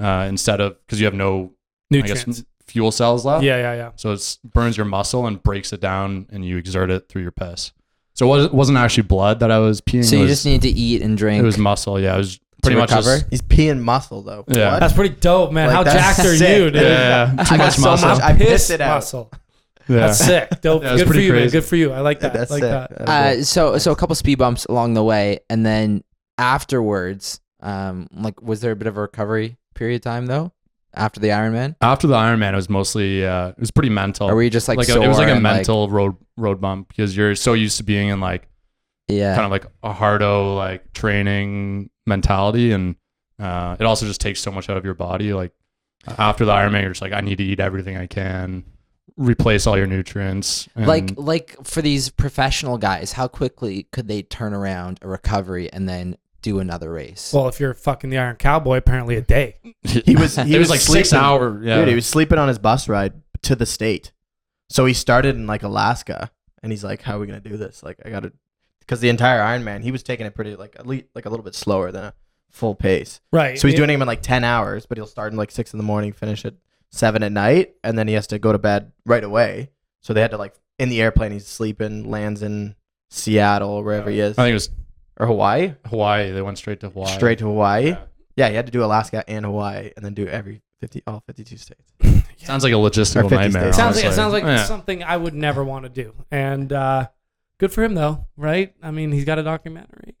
uh, instead of because you have no I guess,
Nutrients.
fuel cells
Yeah,
left.
yeah, yeah.
So it burns your muscle and breaks it down, and you exert it through your piss. So it wasn't, wasn't actually blood that I was peeing.
So
it
you
was,
just need to eat and drink.
it was muscle. Yeah, it was pretty much
recover?
just-
He's peeing muscle though.
Yeah.
What?
That's pretty dope, man.
Like,
How
that's
jacked are
sick.
you, dude?
yeah, too
I got
much
so
muscle.
much- I
Piss
pissed it out.
muscle.
yeah.
That's sick. Dope.
Yeah, it's
Good for
pretty
you, man.
crazy.
Good for you. I like that.
That's
like
sick.
that.
Uh, so so a couple speed bumps along the way, and then afterwards, um, like was there a bit of a recovery period of time though after the Ironman?
After the Ironman, it was mostly uh, it was pretty mental.
Or were you just like,
like
sore
it was like a
and,
mental road road bump because you're so used to being in like
yeah
kind of like a hardo like training mentality and uh, it also just takes so much out of your body like after the ironman you're just like i need to eat everything i can replace all your nutrients and
like like for these professional guys, how quickly could they turn around a recovery and then do another race?
Well, if you're fucking the Iron Cowboy, apparently a day.
He was. He
it was, like six
sleeping-
hour yeah
Dude, he was sleeping on his bus ride to the state. So he started in like Alaska, and he's like, "How are we gonna do this? Like, I gotta." Because the entire Ironman, he was taking it pretty like at least like a little bit slower than a full pace.
Right.
So he's
It-
doing it in like ten hours, but he'll start in like six in the morning, finish at seven at night, and then he has to go to bed right away. So they had to like in the airplane, he's sleeping, lands in Seattle or wherever he is,
i think it was
or Hawaii,
hawaii they went straight to hawaii
straight to Hawaii.
Yeah.
Yeah, he had to do Alaska and Hawaii, and then do every 50, all 52 states.
Sounds like a logistical
Or 50
nightmare.
states.
sounds like, it
honestly.
sounds like
Yeah.
something I would never want to do. And uh, good for him though, right? I mean, he's got a documentary.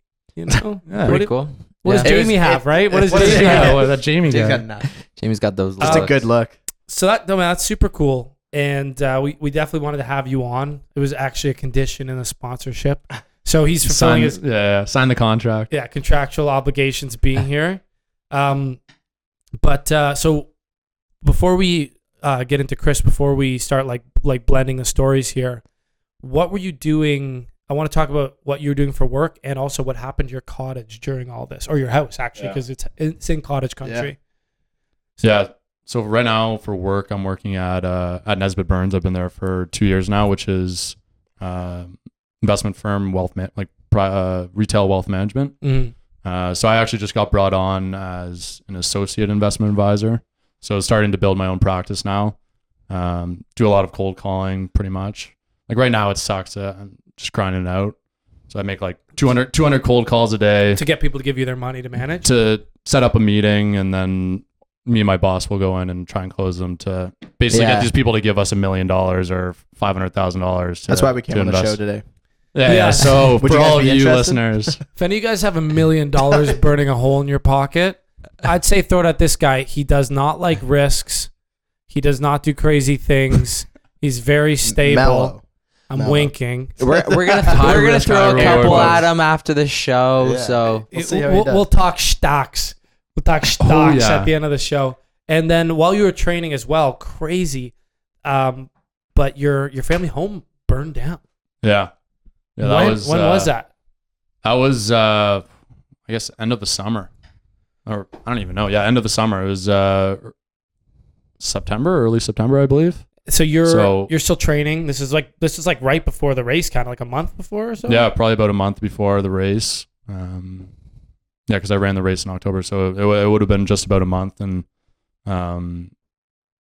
You know,
Yeah.
what,
Pretty
do-
cool.
what does
Yeah.
It was-
Jamie have,
it-
right? What
it-
does
what is
Jamie
it?
have?
Yeah, well, that Jamie
James
guy.
got none.
Jamie's got those.
Just a
Uh,
looks.
good look.
So that no, man, that's super cool, and uh, we we definitely wanted to have you on. It was actually a condition in the sponsorship, so he's fulfilling
Sign,
his
yeah, yeah, sign the contract.
yeah contractual obligations being here. Um, but uh, so before we uh, get into Chris, before we start like like blending the stories here, what were you doing? I want to talk about what you were doing for work and also what happened to your cottage during all this, or your house actually,
Yeah.
because it's it's in cottage country.
Yeah. So right now for work, I'm working at uh, at Nesbitt Burns. I've been there for two years now, which is uh, investment firm wealth man- like pri- uh, retail wealth management.
Mhm.
Uh, so I actually just got brought on as an associate investment advisor. So starting to build my own practice now. Um, do a lot of cold calling, pretty much. Like right now, it sucks. Uh, I'm just grinding it out. So I make like 200, 200 cold calls a day
To get people to give you their money to manage.
to set up a meeting, and then me and my boss will go in and try and close them to basically
Yeah.
get these people to give us a million dollars or five hundred thousand dollars.
That's why we came
to
on the
invest.
show today.
Yeah, yeah.
Yeah.
So for
Would you guys
all of
be
you
interested?
listeners,
If any of you guys have a million dollars burning a hole in your pocket, I'd say throw it at this guy. He does not like risks. He does not do crazy things. He's very stable.
Mellow.
I'm
mellow.
winking.
We're, we're gonna we're gonna
risk,
throw a
high
couple
reward.
at him after the show.
Yeah.
So
We'll
It-
see how he
we'll,
does. Oh,
we'll talk stocks. We'll talk stocks
yeah.
at the end of the show. And then while you were training as well, crazy. Um, but your your family home burned down.
yeah, yeah. That
when
was
when
uh,
was that?
That was, uh, I guess, end of the summer, or I don't even know. Yeah, end of the summer. It was uh, September, early September, I believe.
So you're
so-
you're still training. This is like this is like right before the race, kind of like a month before or so.
Yeah, probably about a month before the race. Um, yeah, because I ran the race in October, so it, w- it would have been just about a month. And um,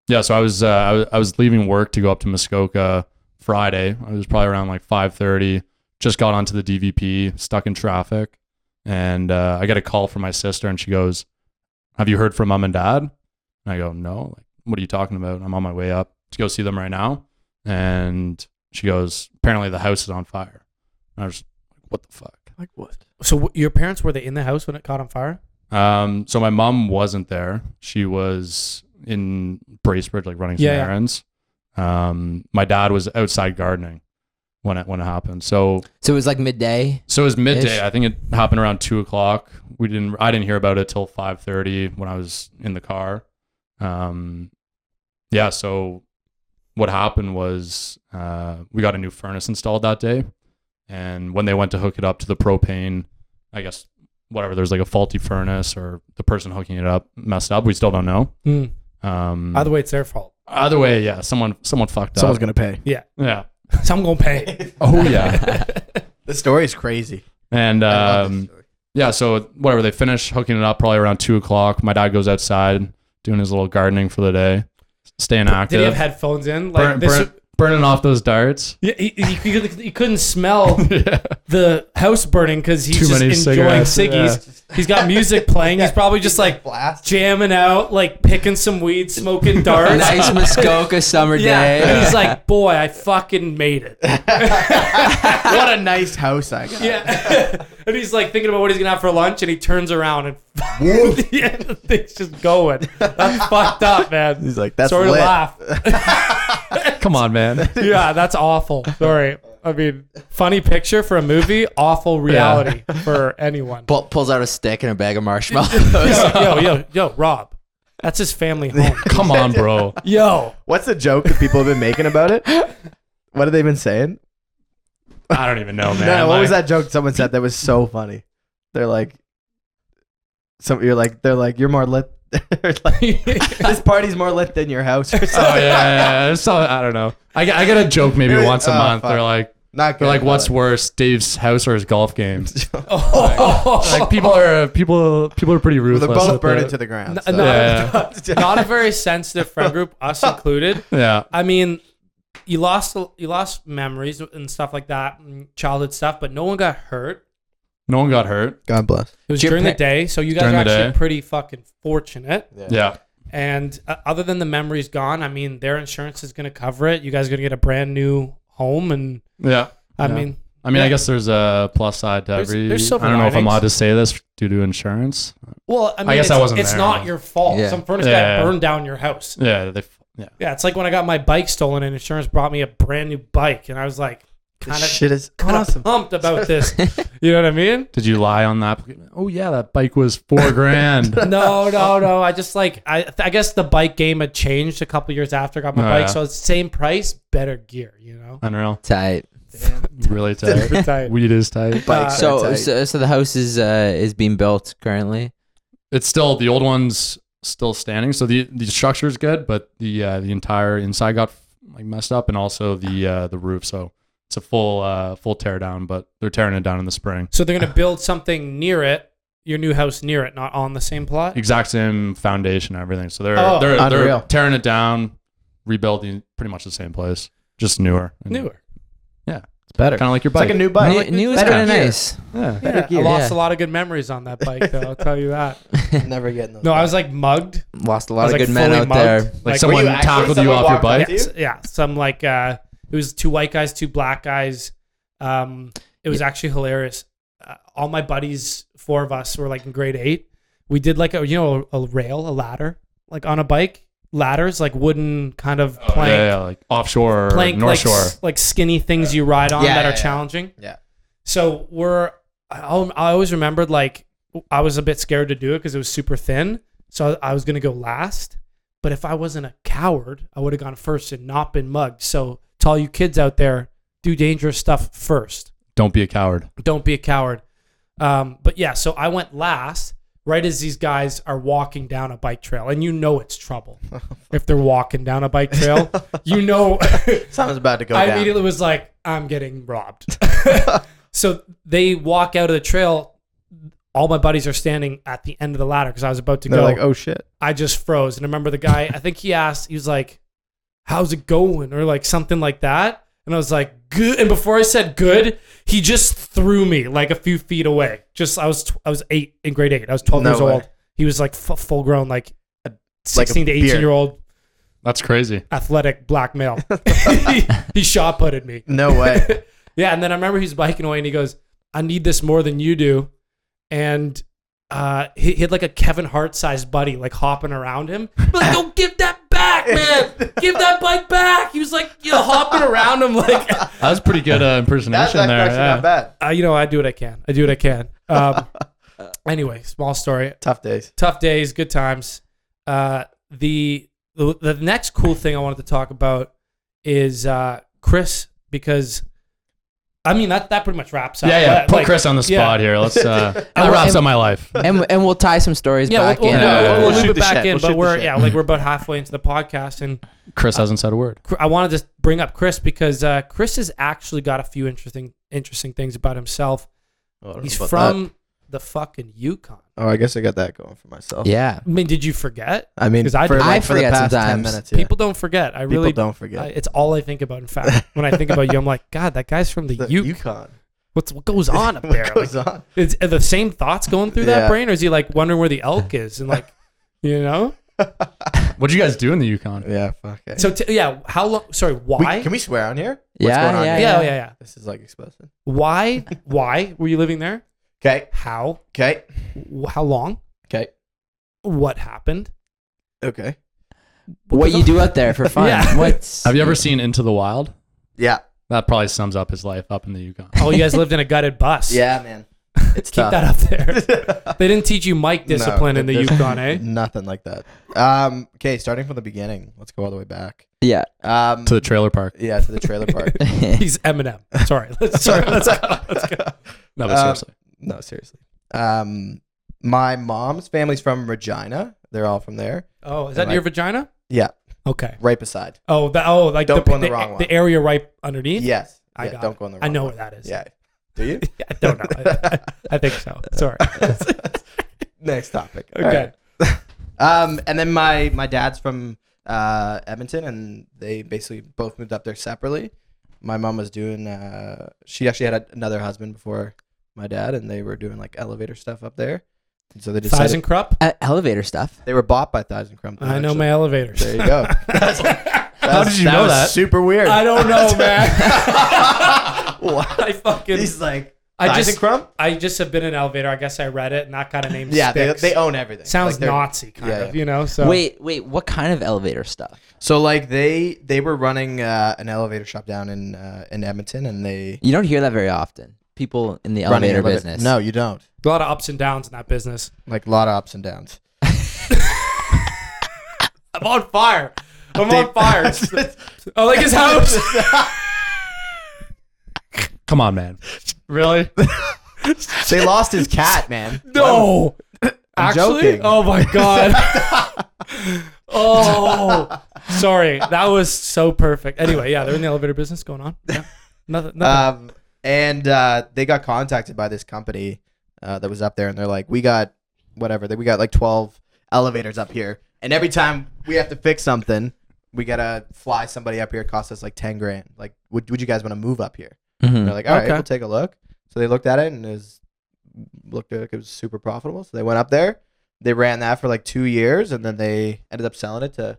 yeah, so I was, uh, I was I was leaving work to go up to Muskoka Friday. I was probably around like five thirty. Just got onto the DVP, stuck in traffic, and uh, I get a call from my sister, and she goes, "Have you heard from mom and dad?" And I go, "No. Like, what are you talking about? I'm on my way up to go see them right now." And she goes, "Apparently the house is on fire." And I was like, what the fuck?
Like what?
So w- your parents were they in the house when it caught on fire?
Um, so my mom wasn't there. She was in Bracebridge, like running some
Yeah, yeah.
errands. Um, my dad was outside gardening when it when it happened. So
so it was like midday.
so it was midday.
Ish.
I think it happened around two o'clock. We didn't. I didn't hear about it till five thirty when I was in the car. Um, yeah. So what happened was uh, we got a new furnace installed that day, and when they went to hook it up to the propane, I guess whatever. There's like a faulty furnace, or the person hooking it up messed up. We still don't know.
Mm.
Um,
Either way, it's their fault.
either way, yeah. Someone someone fucked
Someone's
up.
gonna pay.
yeah.
So I'm gonna pay.
Oh yeah.
The story is crazy.
and
I love this
um,
story.
yeah, so whatever they finish hooking it up probably around two o'clock. My dad goes outside doing his little gardening for the day, staying active,
Did he have headphones in? Like
burn,
this.
burn- burning off those darts.
Yeah, he, he, he couldn't- he couldn't smell
yeah,
the house burning because he's
Too
just
many
enjoying
cigarettes,
ciggies. He's got music playing. He's probably just like
blast.
jamming out, like picking some weed, smoking darts.
Nice Muskoka summer
Yeah,
day.
and he's like, boy, I fucking made it.
what a nice house I got.
Yeah, and he's like thinking about what he's gonna have for lunch, and he turns around and yeah, the thing's just going. That's fucked up, man.
He's like, that's
Sorry
lit.
to laugh.
come on, man.
yeah, that's awful. Sorry. I mean, funny picture for a movie, awful reality for anyone.
Pull, pulls out a stick and a bag of marshmallows.
yo, yo, yo, Rob. That's his family home.
Come on, bro.
Yo.
What's the joke that people have been making about it? What have they been saying?
I don't even know, man.
no, what was
Like,
that joke someone said that was so funny? They're like, some you're like, they're like, you're more lit. they're like, this party's more lit than your house or
Oh yeah,
something.
yeah, yeah. It's all- I don't know. I, get- I get a joke maybe
Really?
once a
Oh,
month. They're
fuck.
like,
Not good.
they're like, what's
but-
worse, Dave's house or his golf game?
Oh.
Like people are people people are pretty
Well,
ruthless.
they're both
with
burning
it.
to the ground.
N-
so-
no.
Yeah.
Not a very sensitive friend group, us included.
yeah.
I mean, you lost you lost memories and stuff like that, and childhood stuff, but no one got hurt.
No one got hurt.
God bless.
It was
Your
during
pa-
the day, so you guys
During
are
the
actually
day.
pretty fucking fortunate.
Yeah.
And uh, other than the memory's gone, I mean, their insurance is going to cover it. You guys are going to get a brand new home, and
Yeah.
I
Yeah.
mean,
I mean,
Yeah.
I guess there's a plus side to
There's-
every.
there's silver
I don't know if I'm
linings.
allowed to say this due to insurance.
well, I mean,
guess
it's,
I wasn't
it's
there.
not your fault.
Yeah.
Some furnace guy
Yeah.
burned down your house.
Yeah, they. Yeah,
Yeah, it's like when I got my bike stolen, and insurance brought me a brand new bike, and I was like,
This
kind of
shit is
kind of
awesome.
pumped about this. you know what I mean?
Did you lie on that? Oh yeah, that bike was four grand.
no, no, no. I just like I. I guess the bike game had changed a couple years after I got my
Oh,
bike,
yeah.
so it's same price, better gear. You know.
Unreal.
Tight.
Really tight. Weed is tight.
Bikes
Uh,
are
So,
tight.
so so the house is uh is being built currently.
It's still the old one's still standing. So the the structure's good, but the uh, the entire inside got like messed up, and also the uh, the roof. So it's a full uh, full tear down, but they're tearing it down in the spring.
So they're gonna build something near it, your new house near it, not on the same plot.
Exact same foundation, and everything. So they're
Oh,
they're
unreal.
they're tearing it down, rebuilding pretty much the same place, just newer.
Newer.
It's better.
Kind of like your
It's
bike.
like a new bike.
new,
Like,
new is
better
kind of
gear.
nice.
yeah.
Better
Yeah, I
gear.
lost a
Yeah.
lot of good memories on that bike, though. I'll tell you that.
Never getting those.
No, I was like mugged.
Lost a
I
lot
was
of
like
good men
fully
out
mugged.
there.
Like
Like,
someone
Were you actually-
tackled you
someone
off your
walked up
bike.
to you?
S- yeah, some like uh, it was two white guys, two black guys. Um, it was actually hilarious. Uh, all my buddies, four of us, were like in grade eight. We did like a you know a, a rail, a ladder, like on a bike, ladders like wooden kind of
Oh,
plank,
yeah, yeah, like offshore, or
plank
north
like
shore.
s- like skinny things you ride on
Yeah,
that
yeah,
are
yeah.
challenging.
Yeah.
So we're I, al- I always remembered like I was a bit scared to do it because it was super thin. So I I was gonna go last. But if I wasn't a coward, I would have gone first and not been mugged. So to all you kids out there, do dangerous stuff first.
Don't be a coward.
Don't be a coward. Um, but yeah, so I went last, right as these guys are walking down a bike trail, and you know it's trouble if they're walking down a bike trail. you know
Something's about to go
I
down.
immediately was like, I'm getting robbed. so they walk out of the trail. All my buddies are standing at the end of the ladder because I was about to
They're
go.
like, oh shit.
I just froze. And I remember the guy, I think he asked, he was like, How's it going? Or like something like that. And I was like, Good. And before I said good, he just threw me like a few feet away. Just, I was, tw- I was eight in grade eight. I was 12
No
years
way.
old. He was like f- full grown, like
A-
16 to 18
beard.
year old
That's crazy.
athletic black male. he, he shot putted me.
No way.
Yeah, and then I remember he's biking away and he goes, I need this more than you do. And uh, he, he had like a Kevin Hart sized buddy like hopping around him. Be like, don't give that back, man. Give that bike back. He was like, you know, hopping around him like,
That was pretty good uh,
That's
impersonation
actually
there.
not
Yeah.
bad.
uh, you know, I do what I can. I do what I can. Um, anyway, small story.
Tough days.
Tough days, good times. Uh, the, the the next cool thing I wanted to talk about is uh, Chris because I mean that that pretty much wraps up.
Yeah, yeah. Put
Like-
Chris on the
yeah.
spot here. Let's. Uh, that
we'll-
wraps up my life.
And and we'll tie some stories
yeah,
back
we'll,
in.
we'll,
Yeah,
we'll,
yeah,
we'll
yeah.
loop
Shoot
it
the
back
shit.
in,
We'll shoot
but
the
we're
shit.
yeah, like we're about halfway into the podcast, and
Chris hasn't said a word.
Cr- I wanted to bring up Chris because uh, Chris has actually got a few interesting interesting things about himself. He's from the fucking Yukon.
Oh, I guess I got that going for myself.
Yeah.
I mean, did you forget?
I mean,
'Cause I-
for, like,
I
for the
forget
past ten
sometimes.
minutes. yeah.
People don't forget. I
People
really.
don't
I,
forget.
it's all I think about. In fact, when I think about you, I'm like, God, that guy's from the,
The
Yukon.
Yukon.
What's what goes on up
What
there?
goes
Like,
on?
is, are the same thoughts going through that
Yeah.
brain, or is he like wondering where the elk is and like, you know?
What'd you guys do in the Yukon?
Yeah, fuck it.
So t- yeah, how long? Sorry,
We-
why?
can we swear on here?
Yeah,
going on
yeah,
here?
yeah, yeah, yeah.
This is like explosive.
Why? Why were you living there?
Okay.
How?
Okay.
Wh- How long?
Okay.
What happened?
Okay.
What you do out there for fun?
Yeah.
What's
Have you ever seen Into the Wild?
Yeah.
That probably sums up his life up in the Yukon.
Oh, you guys lived in a gutted bus.
Yeah, man. It's
Keep that up there. They didn't teach you mic discipline
No,
in the
there's
Yukon, eh?
Nothing like that. Um, okay, starting from the beginning. Let's go all the way back.
yeah?
Um,
to the trailer park.
yeah, to the trailer park.
He's Eminem. Sorry. Let's, sorry let's, go. let's go.
No, but
Um,
seriously.
no, seriously. Um, my mom's family's from Regina. They're all from there.
Oh, is that
Am I-
your vagina?
Yeah,
Okay.
right beside.
Oh, the, oh, like
Don't
the,
go in the
the,
wrong one.
the area right underneath.
Yes.
I
yeah,
got
don't
it.
go in the wrong
I know
one.
where that is.
Yeah. Do you?
I don't know. I, I think so. Sorry.
Next topic. All
Okay.
Um, and then my my dad's from uh, Edmonton, and they basically both moved up there separately. My mom was doing. Uh, she actually had a, another husband before my dad, and they were doing like elevator stuff up there. So they decided
Thies Krupp.
Uh, elevator stuff.
they were bought by Thousand Crumb.
I know my elevators.
There you go.
How did you know
was
that?
Super weird.
I don't know, man.
What?
I fucking.
He's like
I
Thousand
just.
Crumb.
I just have been an elevator. I guess I read it, and that kind of name
Yeah, they,
sticks.
they own everything.
sounds
Like, they're-
Nazi kind
yeah,
of,
yeah.
you know. So
Wait, wait. What kind of elevator stuff?
So like they they were running uh, an elevator shop down in uh, in Edmonton, and they
You don't hear that very often. People in the
running
elevator
elevator-
business.
No, you don't.
a lot of ups and downs in that business.
Like a lot of ups and downs.
I'm on fire. I'm
They-
on fire. It's- I like his house.
Come on, man.
really?
they lost his cat, man.
No. Actually,
joking.
oh my god. oh, sorry. That was so perfect. Anyway, yeah, they're in the elevator business going on. Yeah. Nothing. nothing.
Um, and uh, they got contacted by this company uh, that was up there, and they're like, "We got whatever. that- We got like twelve elevators up here, and every time we have to fix something, we gotta fly somebody up here. It costs us like ten grand. Like, would would you guys want to move up here?" And
Mhm.
they're like, "All right,
Mm. Okay.
we'll take a look." So they looked at it and it was, looked like it was super profitable. So they went up there. They ran that for like two years, and then they ended up selling it to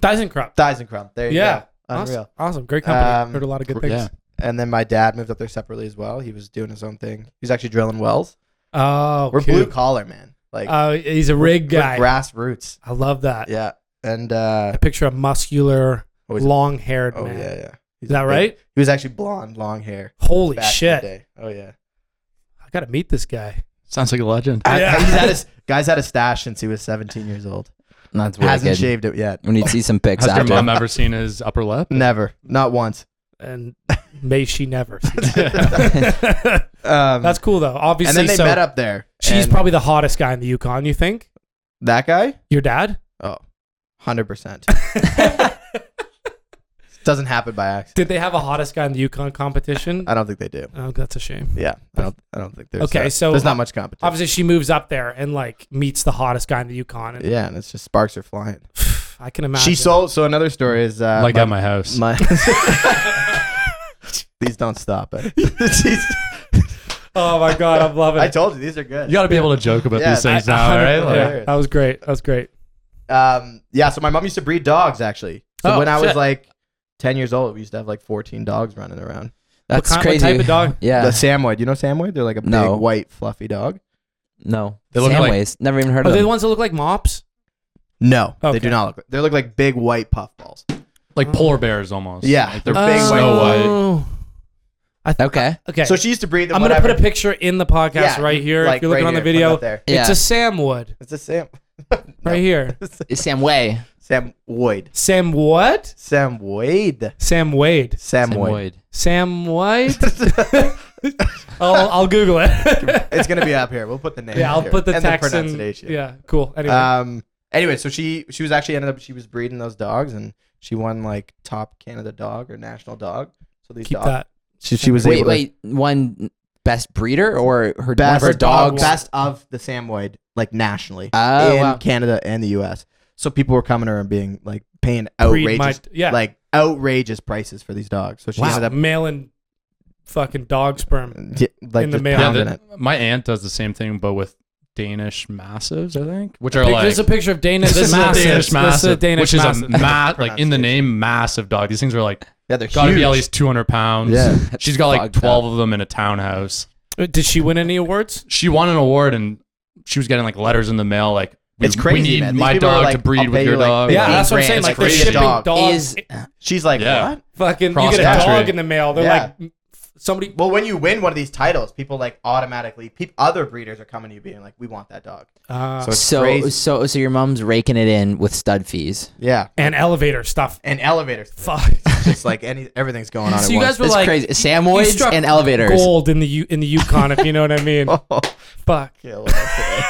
Dyson crop.
Dyson There you
Yeah.
go. Unreal.
Awesome. Awesome. Great company.
Um,
Heard a lot of good
yeah.
things.
And then my dad moved up there separately as well. He was doing his own thing. He's actually drilling wells.
Oh,
We're
cute.
blue collar, man. Like
Uh, he's a rig
we're
guy.
grassroots.
I love that.
Yeah. And uh,
Picture a muscular,
what was it?
long-haired
oh
man.
yeah, yeah. He's
Is that
big-
right?
He was actually blonde, long hair.
Holy
back in the
shit!
day. Oh yeah.
I gotta meet this guy.
Sounds like a legend.
I-
Yeah.
he's had his, guys had a stash since he was 17 years old.
That's
Hasn't
wicked.
shaved it yet.
We need to see some pics
Has your
after.
mom ever seen his upper lip?
Never. Not once.
and may she never. see that.
Um,
That's cool though. Obviously,
and then they
so
met up there.
she's
and
probably the hottest guy in the Yukon. You think
that guy.
your dad?
Oh, 100 percent. Doesn't happen by accident.
Did they have a hottest guy in the Yukon competition?
I don't think they do.
Oh, that's a shame.
Yeah, I don't. I don't think there's.
Okay,
that-
so
there's not much competition.
Obviously, she moves up there and like meets the hottest guy in the Yukon. And
Yeah, and it's just sparks are flying.
I can imagine.
She sold. So another story is uh,
like at my house.
my. these don't stop it.
Oh my god, I'm loving
I
it.
told you these are good.
you got to be able to joke about
Yeah,
these things
I-
now, all right?
100
Like,
yeah, that was great. That was great.
Um, yeah. So my mom used to breed dogs actually. So
Oh,
when I was
shit.
like ten years old, we used to have like fourteen dogs running around.
That's
what kind,
crazy.
What type of dog?
The
Yeah.
Samoyed. You know Samoyed? They're like a
No.
big white fluffy dog.
No.
They look like-
Samways. Never even heard
Are
of
Oh, they the
them.
ones that look like mops?
No, they
Okay.
do not look. They look like big white puffballs.
like polar bears almost.
Yeah.
Like they're
Uh,
big Snow White.
Oh. I th-
Okay.
Okay.
So she used to breed them.
I'm gonna put a
whatever.
picture in the podcast
Yeah,
right here.
like,
if you're looking
right
on the
here, put it
video,
up there.
it's
yeah.
a Samwood
It's a Sam.
right here.
It's Samway.
Sam Wade.
Sam what?
Sam Wade.
Sam Wade.
Sam Wade.
Sam White. I'll, I'll Google it.
It's gonna be up here. We'll put the name.
yeah, I'll
here.
put the
and
text
the pronunciation.
In, yeah, cool. Anyway,
Um. Anyway, so she she was actually ended up she was breeding those dogs and she won like top Canada dog or national dog. So these
keep
dogs.
that.
She, she was
Wait,
able
wait. One best breeder or her
to best
one of her dogs?
best of the Samoyed like nationally
Oh,
in
wow.
Canada and the U.S. So people were coming to her and being like paying
Breed my
outrageous
yeah.
like outrageous prices for these dogs. So she
wow,
ended up
mailing fucking dog sperm.
yeah, like
In the
just
mail.
Yeah,
pounding
the-
it.
my aunt does the same thing, but with Danish massives, I think, which are
Pic-
like
There's a picture of Danish.
This is a
massive.
Danish
This is a
massive,
Danish
which is a
massive.
ma- like in the name massive dog. These things are like
Yeah, they're
gotta
huge.
be at least 200 pounds.
Yeah.
she's got like
Fucked up.
12 of them in a townhouse.
Did she win any awards?
She won an award and she was getting like letters in the mail like we,
It's crazy,
We need
man. These
my
people are
dog
like,
to breed
I'll pay
with your
you, like,
dog.
Yeah,
Yeah, that's what I'm saying.
grand
Like
for
they're
each
shipping
dog.
dogs.
Is
She's like,
Yeah.
what?
fucking you
Cross
get a dog
country.
in the mail. They're
Yeah.
like somebody.
Well, when you win one of these titles, people like automatically. Peop other breeders are coming to you being like, "We want that dog."
Uh,
So it's
so
crazy.
so so your mom's raking it in with stud fees.
Yeah,
and elevator stuff.
and elevators.
Fuck.
Just like any everything's going on.
So
at
you
once.
guys were
It's
like
crazy.
you
Samways
struck
and elevators.
gold in the U- in the Yukon, if you know what I mean. Fuck.
Yeah, well,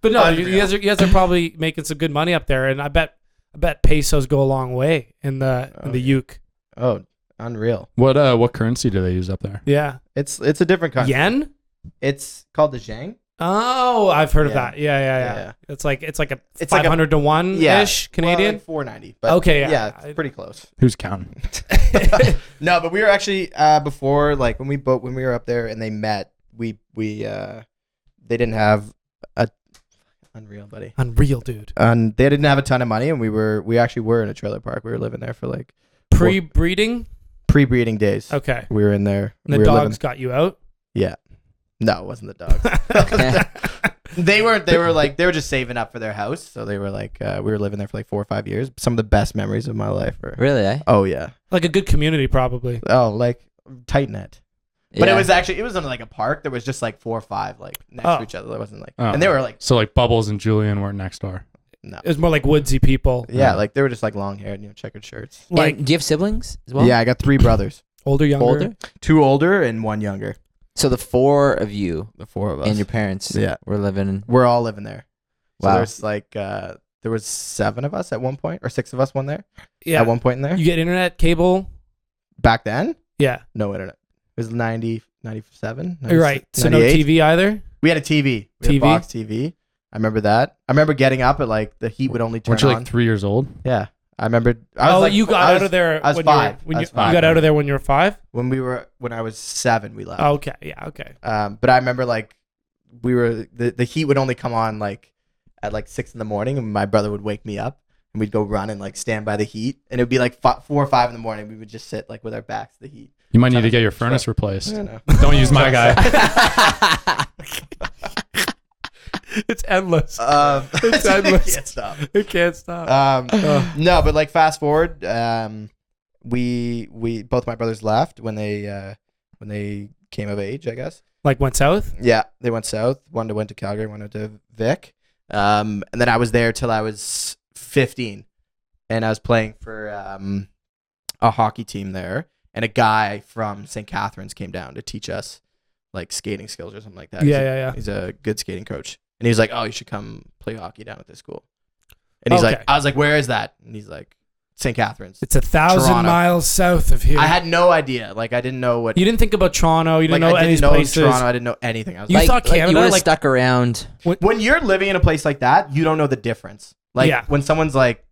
But no, you, you guys are you guys are probably making some good money up there, and I bet I bet pesos go a long way in the in the Yuk.
oh, unreal.
What uh, what currency do they use up there?
Yeah,
It's it's a different country.
yen.
It's called the Zhang.
Oh, I've heard of
Yeah.
that. Yeah, yeah, yeah.
Yeah.
It's like it's like a
It's like a-
five hundred to one ish Canadian.
Four ninety. But
Okay, yeah.
yeah, it's pretty close.
Who's counting?
no, but we were actually uh, before like when we both when we were up there and they met, we we uh, they didn't have a unreal buddy,
Unreal, dude.
and they didn't have a ton of money, and we were we actually were in a trailer park. We were living there for like
Pre breeding?
pre breeding days.
Okay.
We were in there.
And the
we were
dogs
living-
got you out?
No, it wasn't the dogs. they were they were like they were just saving up for their house, so they were like uh, we were living there for like four or five years. Some of the best memories of my life. Were,
Really? Eh?
Oh yeah.
like a good community, probably.
Oh like tight net. But
Yeah.
it was actually it was in like a park. There was just like four or five like next
Oh.
to each other. There wasn't like
Oh.
and they were like
So like Bubbles and Julian were next door.
no.
It was more like woodsy people,
Yeah, like they were just like long haired, you know, checkered shirts.
And
like
do you have siblings as well?
yeah, I got three brothers,
older, younger.
Older.
two older and one younger.
So the four of you
The four of us.
and your parents
yeah,
were living. in-
we're all living there. So
Wow.
there's like uh, there was seven of us at one point, or six of us one there
Yeah.
at one point in there.
You get internet, cable.
Back then,
Yeah.
no internet. It was 90, 97,
You're right. So no
98.
TV either.
We had a TV. We had
TV?
a box TV. I remember that. I remember getting up at like the heat would only turn
Weren't you
on.
like three years old?
yeah, I remember. I
oh,
was like,
you got
I
out
was-
of there
I was
when
five.
you were, when
I
you,
was five.
you got out of there when you were five.
when we were when I was seven. We left.
Oh, okay. Yeah. Okay.
Um, but I remember like we were the, the heat would only come on like at like six in the morning, and my brother would wake me up, and we'd go run and like stand by the heat, and it'd be like fi four or five in the morning. We would just sit like with our backs to the heat.
You might need to get your furnace replaced.
know.
Don't use my guy.
It's endless.
Um,
It's
I
endless.
can't stop.
it can't stop.
Um, no, but like fast forward, um, we we both my brothers left when they uh, when they came of age, I guess.
like went south.
Yeah, they went south. One to went to Calgary. One went to Vic. Um, and then I was there till I was 15, and I was playing for um, a hockey team there. And a guy from St. Catharines came down to teach us like skating skills or something like that.
Yeah.
He's a-
Yeah. Yeah.
He's a good skating coach, and he was like, "Oh, you should come play hockey down at this school." And he's
Okay.
like, "I was like, where is that?" And he's like, "St. Catharines."
It's a thousand
Toronto.
miles south of here.
I had no idea. Like, I didn't know what.
You didn't think about Toronto. You
like,
didn't know any of
I didn't
these
know
places.
Toronto. I didn't know anything. I was
You
like,
thought
you
Canada,
would've
like-
stuck around.
when you're living in a place like that, you don't know the difference. Like
Yeah.
when someone's like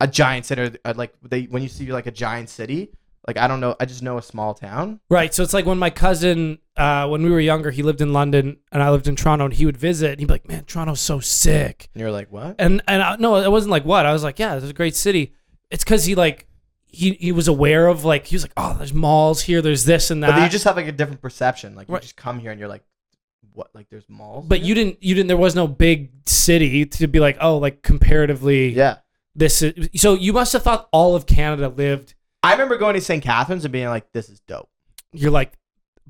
a giant city, uh, like they when you see like a giant city, like I don't know, I just know a small town.
Right. So it's like when my cousin, uh, when we were younger, he lived in London and I lived in Toronto, and he would visit. And he'd be like, "Man, Toronto's so sick."
And you're like, what?
and and I, no, it wasn't like what I was like. Yeah, this is a great city. It's because he like he he was aware of like he was like oh there's malls here, there's this and that.
But then you just have like a different perception. Like you
Right.
just come here and you're like, what? Like there's malls.
but
here?
you didn't you didn't there was no big city to be like oh like comparatively
yeah.
this is so you must have thought all of Canada lived.
I remember going to St. Catharines and being like, this is dope.
You're like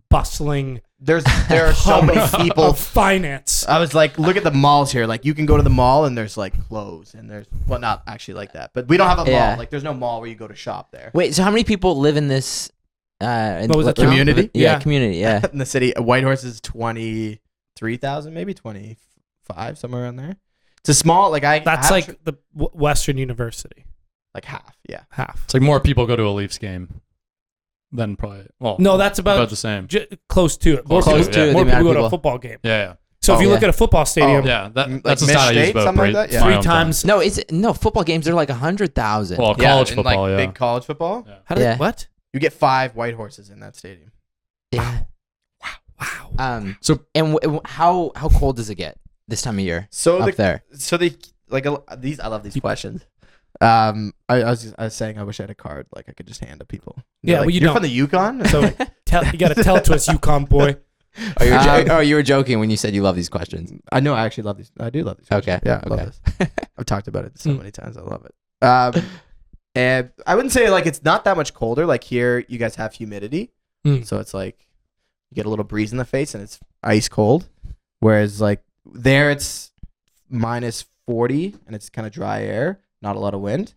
bustling
There's there are so many
hub
people. Uh,
of finance.
I was like, look at the malls here. Like you can go to the mall and there's like clothes and there's well not actually like that, but we don't have a
Yeah.
mall. Like there's no mall where you go to shop there.
Wait, so how many people live in this? Uh, in
What was
li-
it, Tom?
Community?
Yeah,
Yeah.
community. Yeah.
in the city. Whitehorse is twenty three thousand, maybe twenty five, somewhere around there. It's a small like I.
That's
I'm
like
sure-
the w- Western University
like half. Yeah,
half.
It's like more people go to a Leafs game than probably. Well,
No, that's about,
about the same.
ju- close to it. More
Close
people,
to it, the
more
amount
people go
of
to a
people.
football game.
Yeah,
So if
Oh,
you look
yeah.
at a football stadium,
Oh,
yeah, yeah. That,
Like
that's a
Miss
stat I use
State,
about
something like
Brady-
that? Yeah.
my
three
hometown.
times.
No, it's no football games. They're like a hundred thousand.
Well,
Yeah,
college
in,
football.
like,
yeah.
big college football.
How did
Yeah.
what?
You get five white horses in that stadium.
yeah.
Wow.
Um.
So-
and w- w- how how cold does it get this time of year
So
up
the
there?
so the like a, these I love these questions. Um, I, I was I was saying I wish I had a card like I could just hand to people. And they're
Yeah,
like,
well, you
you're
don't.
from the Yukon.
So tell, you got to tell to us, UConn boy.
Oh, you were, jo-
Um,
oh, you were joking when you said you love these questions.
I know I actually love these. I do love these.
Okay,
questions. Yeah, I
okay.
love this. I've talked about it so
Mm.
many times. I love it. Um, and I wouldn't say like it's not that much colder. Like here, you guys have humidity,
Mm.
so it's like you get a little breeze in the face and it's ice cold. Whereas like there, it's minus forty and it's kind of dry air, not a lot of wind.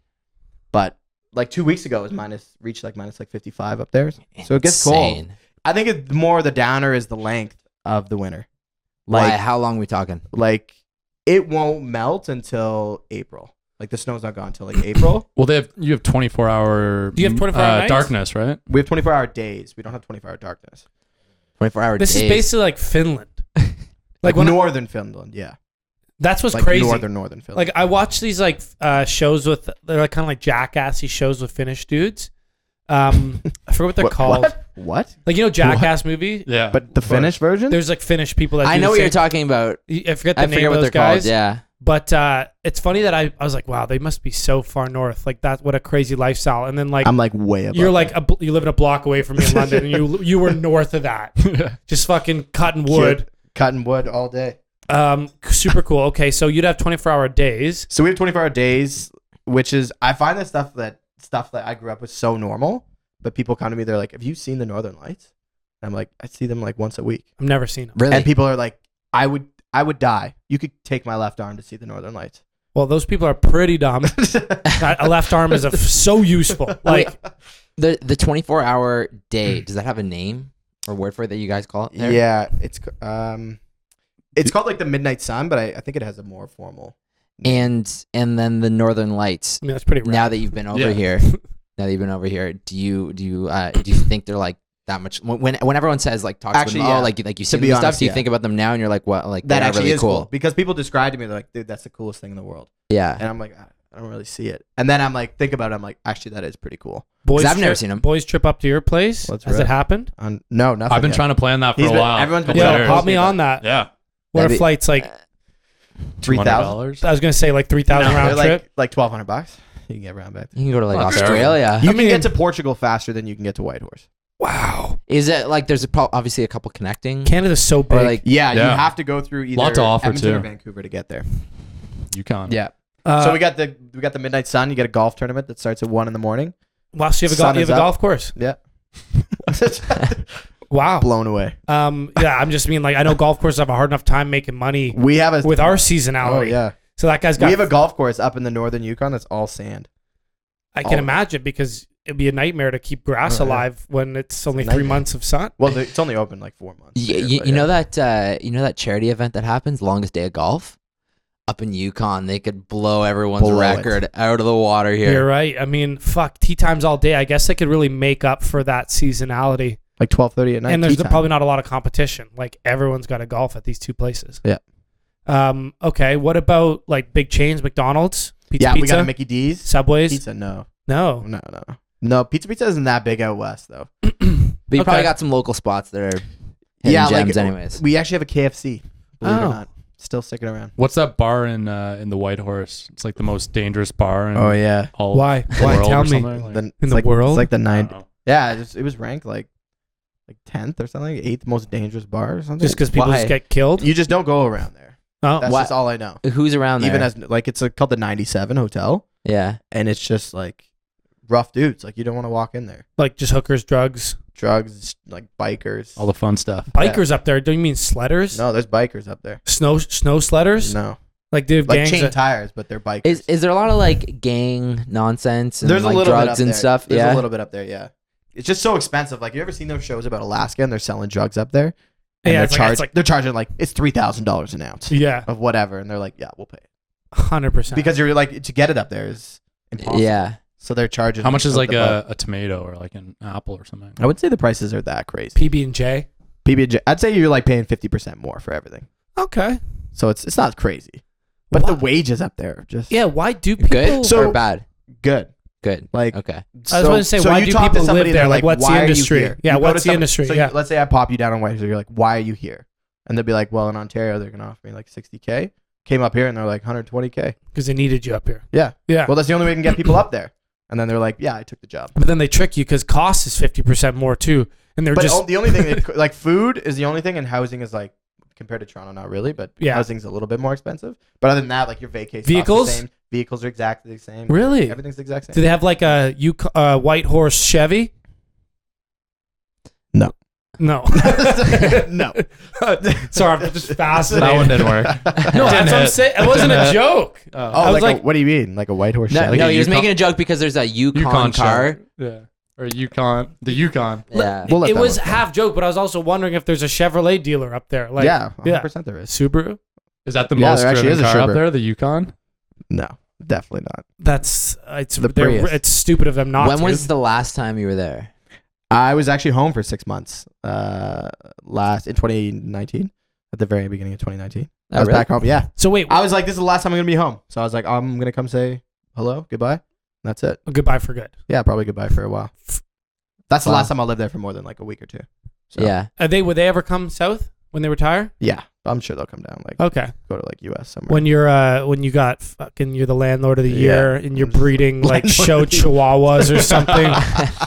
But like two weeks ago, it was minus reached like minus like fifty five up there, so it gets cold.
Insane.
I think it, more the downer is the length of the winter.
Why? How long are we talking?
like it won't melt until April. Like the snow's not gone until like April.
Well, they have you have 24 hour.
Do you have 24
uh,
hour nights?
darkness? Right.
We have 24 hour days. We don't have 24 hour darkness.
Twenty four hours.
This is basically like Finland. Like
Like,
when
northern Finland, yeah.
that's what's
Like
crazy.
northern northern Finland.
Like I watch these like f- uh, shows with they're like kind of like jackassy shows with Finnish dudes. Um, I forget what they're
What-
called.
what? What?
Like you know Jackass movie.
Yeah.
But the Finnish version?
There's like Finnish people that
I
do
know
the
what you're
same-
talking about.
I forget the
I
name
forget
of
what
those
they're
guys.
called. Yeah.
But uh, it's funny that I, I was like, wow, they must be so far north. Like that, what a crazy lifestyle. And then like
I'm like way above.
you're like a, bl- you live in a block away from me in London, and you you were north of that, just fucking cutting wood.
cutting wood all day.
Um, super cool. Okay, so you'd have 24 hour days.
So we have 24 hour days, which is I find the stuff that stuff that I grew up with so normal, but people come to me, they're like, "Have you seen the Northern Lights?" And I'm like, "I see them like once a week,"
I've never seen them.
Really?
and people are like, "I would, I would die. You could take my left arm to see the Northern Lights."
Well, those people are pretty dumb. That- a left arm is a f- so useful. Like
the the 24 hour day. Does that have a name or word for it that you guys call it? there?
Yeah, it's c- um, it's called like the Midnight Sun, but I, I think it has a more formal.
And and then the Northern Lights.
I mean, that's pretty. Rad.
Now that you've been over
Yeah.
here, now that you've been over here, do you do you uh, do you think they're like that much? When when- when everyone says like talks
Actually,
about them,
yeah.
oh like you- like you see
be
them and stuff,
honest,
do you
yeah.
think about them now and you're like what like
That
they are
actually
really
is cool.
cool?
because people describe to me they're like, "Dude, that's the coolest thing in the world,"
Yeah.
and I'm like, "I I don't really see it." And then I'm like, think about it. I'm like, actually, that is pretty cool.
boys,
'Cause I've never
trip-
seen 'em.
Boys trip up to your place.
Well, that's
Has
rad.
it happened?
On no, nothing.
I've been
yet.
trying to plan that for
He's
a
been-
while.
everyone's been
Couple
trying
Yeah,
to-
years.
pop me on that.
Yeah.
What
That'd
if
be-
flights like
three thousand.
$200?
I was gonna say like three thousand
No,
round
they're
trip.
like like twelve hundred bucks. You can get round back.
You can go to like
Fuck, sure.
Australia.
You
I
can
mean-
get to Portugal faster than you can get to Whitehorse.
wow,
Is it like there's a pro- obviously a couple connecting?
Canada's so big.
or like
Yeah, you
Yeah.
have to go through either
Lot to offer,
Edmonton or
too.
Vancouver to get there.
You can't.
Yeah.
Uh,
so we got the we got the midnight sun. You get a golf tournament that starts at one in the morning.
wow, so you have a, golf,
sun
you have
is
a
up.
golf course.
Yeah.
Wow.
Blown away.
Um, yeah, I'm just mean like I know golf courses have a hard enough time making money
We have a
with our
oh
seasonality.
yeah.
So that guy's got.
We have a golf course up in the northern Yukon that's all sand.
I
all
can
of it.
imagine because it'd be a nightmare to keep grass
Oh, yeah.
alive when it's only three
nightmare.
months of sun.
Well, the- it's only open like four months. a
Yeah,
year,
you,
but
you know
yeah.
that uh, you know that charity event that happens, longest day of golf, up in Yukon. They could blow everyone's
Blow it.
record out of the water
You're
here.
right. I mean, fuck tea times all day. I guess they could really make up for that seasonality.
like twelve thirty at night.
and there's
tea time.
probably not a lot of competition. Like everyone's got a golf at these two places.
Yeah.
Um. Okay. What about like big chains, McDonald's, pizza,
yeah. We
pizza,
got a Mickey D's
Subways?
pizza. No,
No.
no, no, no. Pizza Pizza isn't that big out west though.
But you
Okay.
probably got some local spots that are hidden
Yeah, like,
gems, anyways.
We actually have a KFC. Believe it
Oh.
or not, still sticking around.
What's that bar in uh, in the White Horse? It's like the most dangerous bar in
Oh, yeah,
all
Why?
the
Why?
world
Tell
or
me.
something. Like,
the, it's
In the
like,
world? Uh.
It's like the
I
nine.
don't know.
Yeah, it was, it was ranked like like tenth or something, eighth most dangerous bar or something.
Just because people
Why?
just get killed.
you just don't go around there.
Oh,
That's
Why-
just all I know.
Who's around there?
Even as like it's like, called the ninety seven hotel,
yeah,
and it's just like rough dudes. Like you don't want to walk in there.
like just hookers, drugs,
Drugs, like bikers.
all the fun stuff.
bikers up there. Don't you mean sledders?
no, there's bikers up there.
Snow snow sledders.
No,
Like they have
like
gangs.
chain
that-
tires, but they're bikers.
is is there a lot of like gang nonsense and
there's
like
a little bit
drugs
up
and
there.
stuff?
There's
yeah,
a little bit up there. Yeah, it's just so expensive. Like you ever seen those shows about Alaska and they're selling drugs up there? And
Yeah,
they're
it's like-
charging.
it's like-
they're charging like it's three thousand dollars an ounce
yeah,
of whatever, and they're like, yeah, we'll pay it
hundred percent.
because you're like to get it up there is impossible.
yeah.
So they're charging.
How much is
the
like
bug.
a, a tomato or like an apple or something?
I would say the prices are that crazy.
PB and J.
PB, I'd say you're like paying fifty percent more for everything.
Okay.
So it's it's not crazy, but
Why-
the wages up there are just
Yeah. Why do people?
Good
So-
or bad?
good.
Good.
Like
Okay.
I was
so-
going to say,
so
why
you
do
talk to
people live
somebody,
there?
they're
Like, what's the
"Why are you
industry?ry?"
here?"
Yeah,
You go
what's
to
the industry?
so you-
Yeah.
let's say I pop you down on Whitehorse. You're like, why are you here? And they'll be like, well, in Ontario, they're gonna offer me like 60k. Came up here and they're like 120k.
Because they needed you up here.
Yeah.
Yeah.
Well, that's the only way we can get people up there. And then they're like, yeah, I took the job.
but then they trick you because cost is fifty percent more too, and they're
But
just
o- the only thing, they, c- like food, is the only thing, and housing is like compared to Toronto, not really, but
Yeah.
housing's a little bit more expensive. But other than that, like your vacation
Vehicles?
the same. vehicles are exactly the same.
really.
Everything's the exact same.
Do they have like a you uh, white horse Chevy?
No.
No.
no,
Sorry, I'm just fascinated.
That one didn't work.
No, that's what I'm saying. It wasn't a joke.
Oh,
Uh,
I was
like, a-
like-
what do you mean, like a white horse?
No,
Chevy?
no,
a
he was
Yukon-
making a joke because there's a Yukon,
Yukon
car.
show. Yeah. Or Yukon. The Yukon.
Yeah.
We'll let
it
that
was
one go.
half joke, but I was also wondering if there's a Chevrolet dealer up there. Like,
yeah, 100
yeah.
percent there
a
is.
Subaru.
Is that the
Yeah,
most
there actually
driven
is a
car up
Sherbrooke.
there? The Yukon?
No, definitely not.
That's uh, it's
The
they're-
Prius.
it's stupid of them not.
when
to.
was the last time you were there?
I was actually home for six months uh, last in 2019, at the very beginning of 2019. I
Oh,
was
really?
back home. Yeah,
so wait?
I was like, this is the last time I'm gonna be home. So I was like, I'm gonna come say hello, goodbye. and That's it.
goodbye for good.
Yeah, probably goodbye for a while. That's the
Wow.
last time I lived there for more than like a week or two. So,
Yeah.
Are they would they ever come south when they retire?
Yeah. I'm sure they'll come down, like
Okay.
go to like US somewhere.
When you're uh when you got fucking you're the landlord of the
Yeah.
year and you're breeding like
Landlord
show
of the-
chihuahuas or something.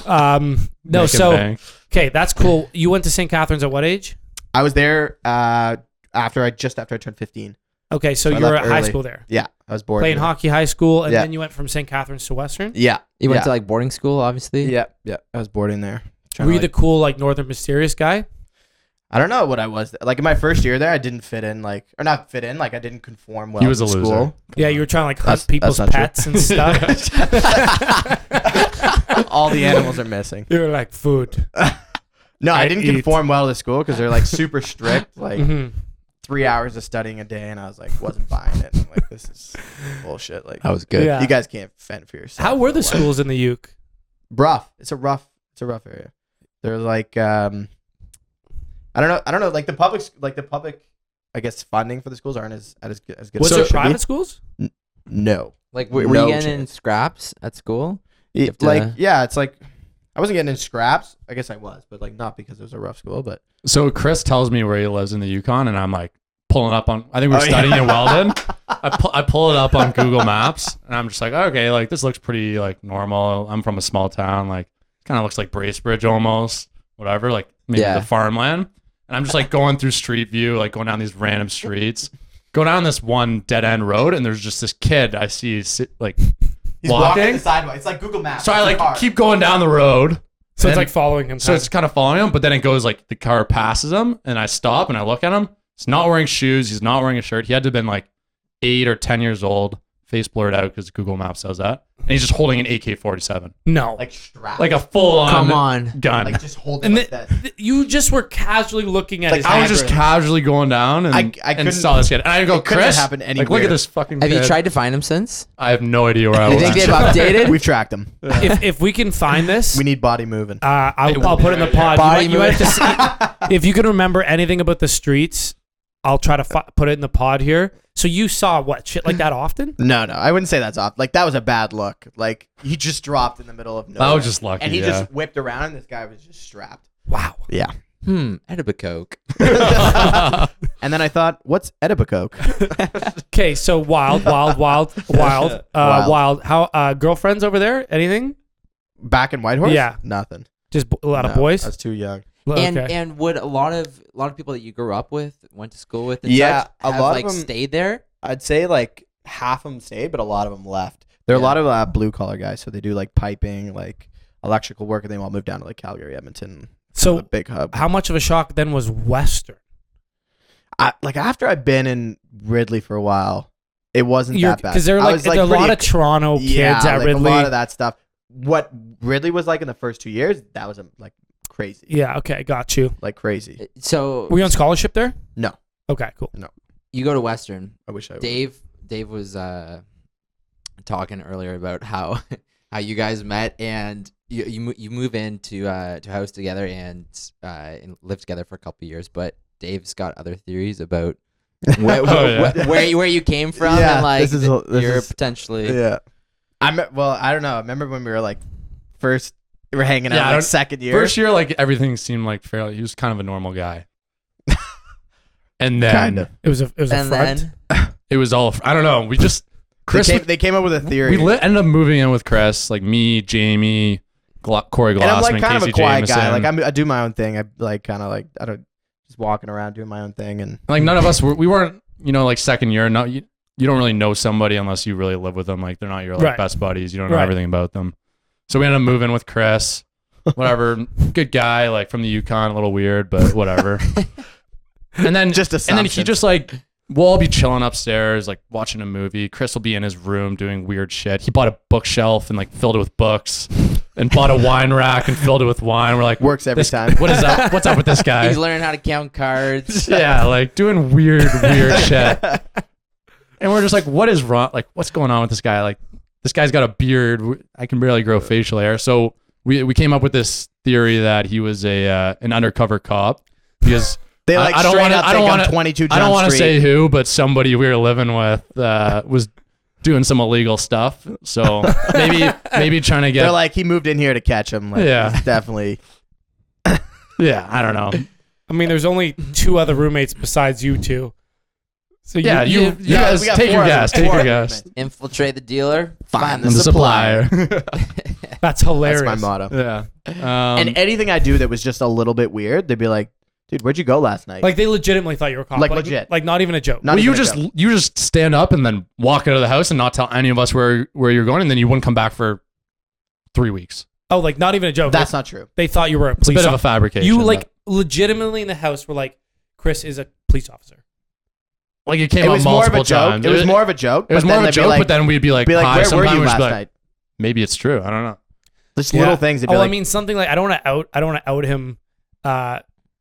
um no,
Making
so
bank.
okay, that's cool. You went to St. Catharines at what age?
I was there uh, after I just after I turned 15.
Okay, so
So I
you were at
left
high
early.
school there.
Yeah. I was bored.
Playing
Yeah.
hockey high school and
Yeah.
then you went from St. Catharines to Western?
Yeah.
You went
yeah.
to like boarding school, obviously.
Yeah. Yeah. I was boarding there. Trying
Were
to,
you the
like-
cool like northern mysterious guy?
I don't know what I was. Like in my first year there, I didn't fit in, like, or not fit in, like, I didn't conform well.
He was
to
a loser.
School.
yeah, you were trying to like hunt
That's- that's
people's
not true.
pets and stuff.
All the animals are missing.
you were like food.
No, I,
I
didn't
eat.
conform well to school because they're like super strict, like
Mhm.
three hours of studying a day, and I was like, wasn't buying it. I'm like, this is bullshit. Like,
That was good.
Yeah.
you guys can't fend for yourself.
How were the
Like,
schools in the Uke?
Rough. It's a rough. It's a rough area. They're like, um, I don't know. I don't know. Like the public, s- like the public, I guess funding for the schools aren't as as good as good.
Was
as
there
it should be.
private schools?
No.
Like, were, were
No
you getting in
chance.
scraps at school?
It-
have to-
like yeah, it's like I wasn't getting in scraps. I guess I was, but like not because it was a rough school. But
So Chris tells me where he lives in the Yukon, and I'm like pulling up on. I think we
Oh,
were
yeah.
studying in Weldon. I pull, I pull it up on Google Maps, and I'm just like, okay, like this looks pretty like normal. I'm from a small town, like kind of looks like Bracebridge almost, whatever, like maybe
Yeah.
the farmland. And I'm just like going through Street View, like going down these random streets, go down this one dead end road, and there's just this kid I see sit, like
he's walking,
walking.
the sidewalk. It's like Google Maps.
So I
It's a
like
car.
keep going down the road,
So
And-
it's like following him.
so it's kind of following him, but then it goes like the car passes him, and I stop and I look at him. He's not wearing shoes. He's not wearing a shirt. He had to have been like eight or ten years old, face blurred out because Google Maps says that. And he's just holding an AK forty seven,
no.
like strapped,
like a full on
Come on.
gun.
like just holding
and
like
the,
that.
th- you just were casually looking at
Like,
his
I was just
handwriting.
casually going down and
I- I
and
couldn't-
saw this kid, and I go,
it couldn't have
Chris,
happened
like look
anywhere."
at this fucking.
Have you
kid."
tried to find him since?
I have no idea where I
You
was.
think they've updated?
We've tracked him.
if, if we can find this,
We need body moving.
uh, I'll, I'll put it in the pod.
Body
You might- you might have to see- if you can remember anything about the streets, I'll try to fi- put it in the pod here. So you saw what shit like that often?
No, no, I wouldn't say that's off. Like that was a bad look. Like he just dropped in the middle of nowhere.
I was just lucky.
and he
yeah.
just whipped around, and this guy was just strapped.
Wow.
Yeah.
Hmm. Etobicoke.
and then I thought, what's Etobicoke?
Okay, so wild, wild, wild, wild, uh, wild.
Wild.
How uh, girlfriends over there? Anything?
Back in Whitehorse?
Yeah.
nothing.
Just b- a lot of
No,
boys.
I was too young.
Oh,
And
okay.
and would a lot of a lot of people that you grew up with, went to school with, and
Yeah,
such,
a
have,
lot of
like
them-
stayed there.
I'd say like half of them stayed, but a lot of them left. There are
Yeah.
a lot of uh, blue collar guys, so they do like piping, like electrical work, and they all moved down to like Calgary, Edmonton, the
so
big hub.
how much of a shock then was Western?
I, like after I've been in Ridley for a while, it wasn't that bad.
Because there are
I
like,
was,
there are a
pretty
lot of
acc-
Toronto kids at
like,
Ridley.
A lot of that stuff. What Ridley was like in the first two years, that was um, like crazy,
Yeah. Okay. Got you.
like crazy.
So
Were you on scholarship there?
No.
Okay. Cool.
you go to Western.
I wish I would.
Dave Dave was uh talking earlier about how how you guys met and you you, mo- you move in to uh to house together and uh and live together for a couple of years, but Dave's got other theories about where
Oh, yeah.
where, where, you- where you came from
Yeah,
and like
this is
the-
a- this
you're
is-
potentially
Yeah, I me- well, I don't know. I remember when we were like first, we were hanging out
Yeah, I
like
don't-
second year.
First year, like everything seemed like fairly. He was kind of a normal guy. and then
Kind of.
It was a it was a
and
front.
then
it was all. I don't know. We just Chris.
they, came, they came up with a theory.
we lit, ended up moving in with Chris, like me, Jamie, Gla- Corey Glassman,
and I'm like kind
Casey
of a quiet
Jameson.
guy. Like I'm, I do my own thing. I like kind of like I don't just walking around doing my own thing. And
Like, none of us were. We weren't. You know, like second year. No, you, you don't really know somebody unless you really live with them. Like they're not your like
Right.
best buddies. You don't know
Right.
everything about them. So we ended up moving with Chris. Whatever, good guy. Like from the Yukon, a little weird, but whatever. and then
just
and
assumptions.
then he just like we'll all be chilling upstairs like watching a movie chris will be in his room doing weird shit he bought a bookshelf and like filled it with books and bought a wine rack and filled it with wine we're like
works every
this-
time.
what is up what's up with this guy
he's learning how to count cards.
yeah like doing weird weird shit and we're just like what is wrong like what's going on with this guy like this guy's got a beard W- i can barely grow facial hair so we, we came up with this theory that he was a uh, an undercover cop because
They
I-
like
I don't
straight
wanna-
up
I don't
think I'm
wanna-
22
I don't
John
want to
Street.
say who, but somebody we were living with uh, was doing some illegal stuff. So maybe maybe trying to
They're
get
like, he moved in here to catch him. Like,
Yeah.
he's definitely.
yeah, I don't know.
I mean, there's only two other roommates besides you two. So
Yeah, you, you
yeah,
guys
we got
take
four
your
of them.
guess. Take
Four
your
of
guess.
Infiltrate the dealer.
Find the
I'm the
supplier.
supplier.
that's hilarious.
That's my motto.
yeah. Um,
and anything I do that was just a little bit weird, they'd be like, "Dude, where'd you go last night?"
Like they legitimately thought you were caught.
Like, legit.
Like not even a joke.
Not
well, you
even a
just
joke.
you just stand up and then walk out of the house and not tell any of us where where you're going, and then you wouldn't come back for three weeks.
oh, like not even a joke.
that's not true.
they thought you were a
It's a
police.
bit of a
officer.
fabrication.
you
but-
like legitimately in the house were like, Chris is a police officer.
like it came
It
up
was more of
multiple
a joke.
times.
It was more of a joke.
it was
but
more
then
of a
they'd be
joke,
like-
but then we'd be like,
be like,
"Hi,"
"Where were
sometimes
you
we'd
last
be like,
night?"
Maybe it's true. I don't know.
Just
Yeah.
little things. they'd be
Oh, I
like,
mean something like I don't want to out I don't want to out him uh,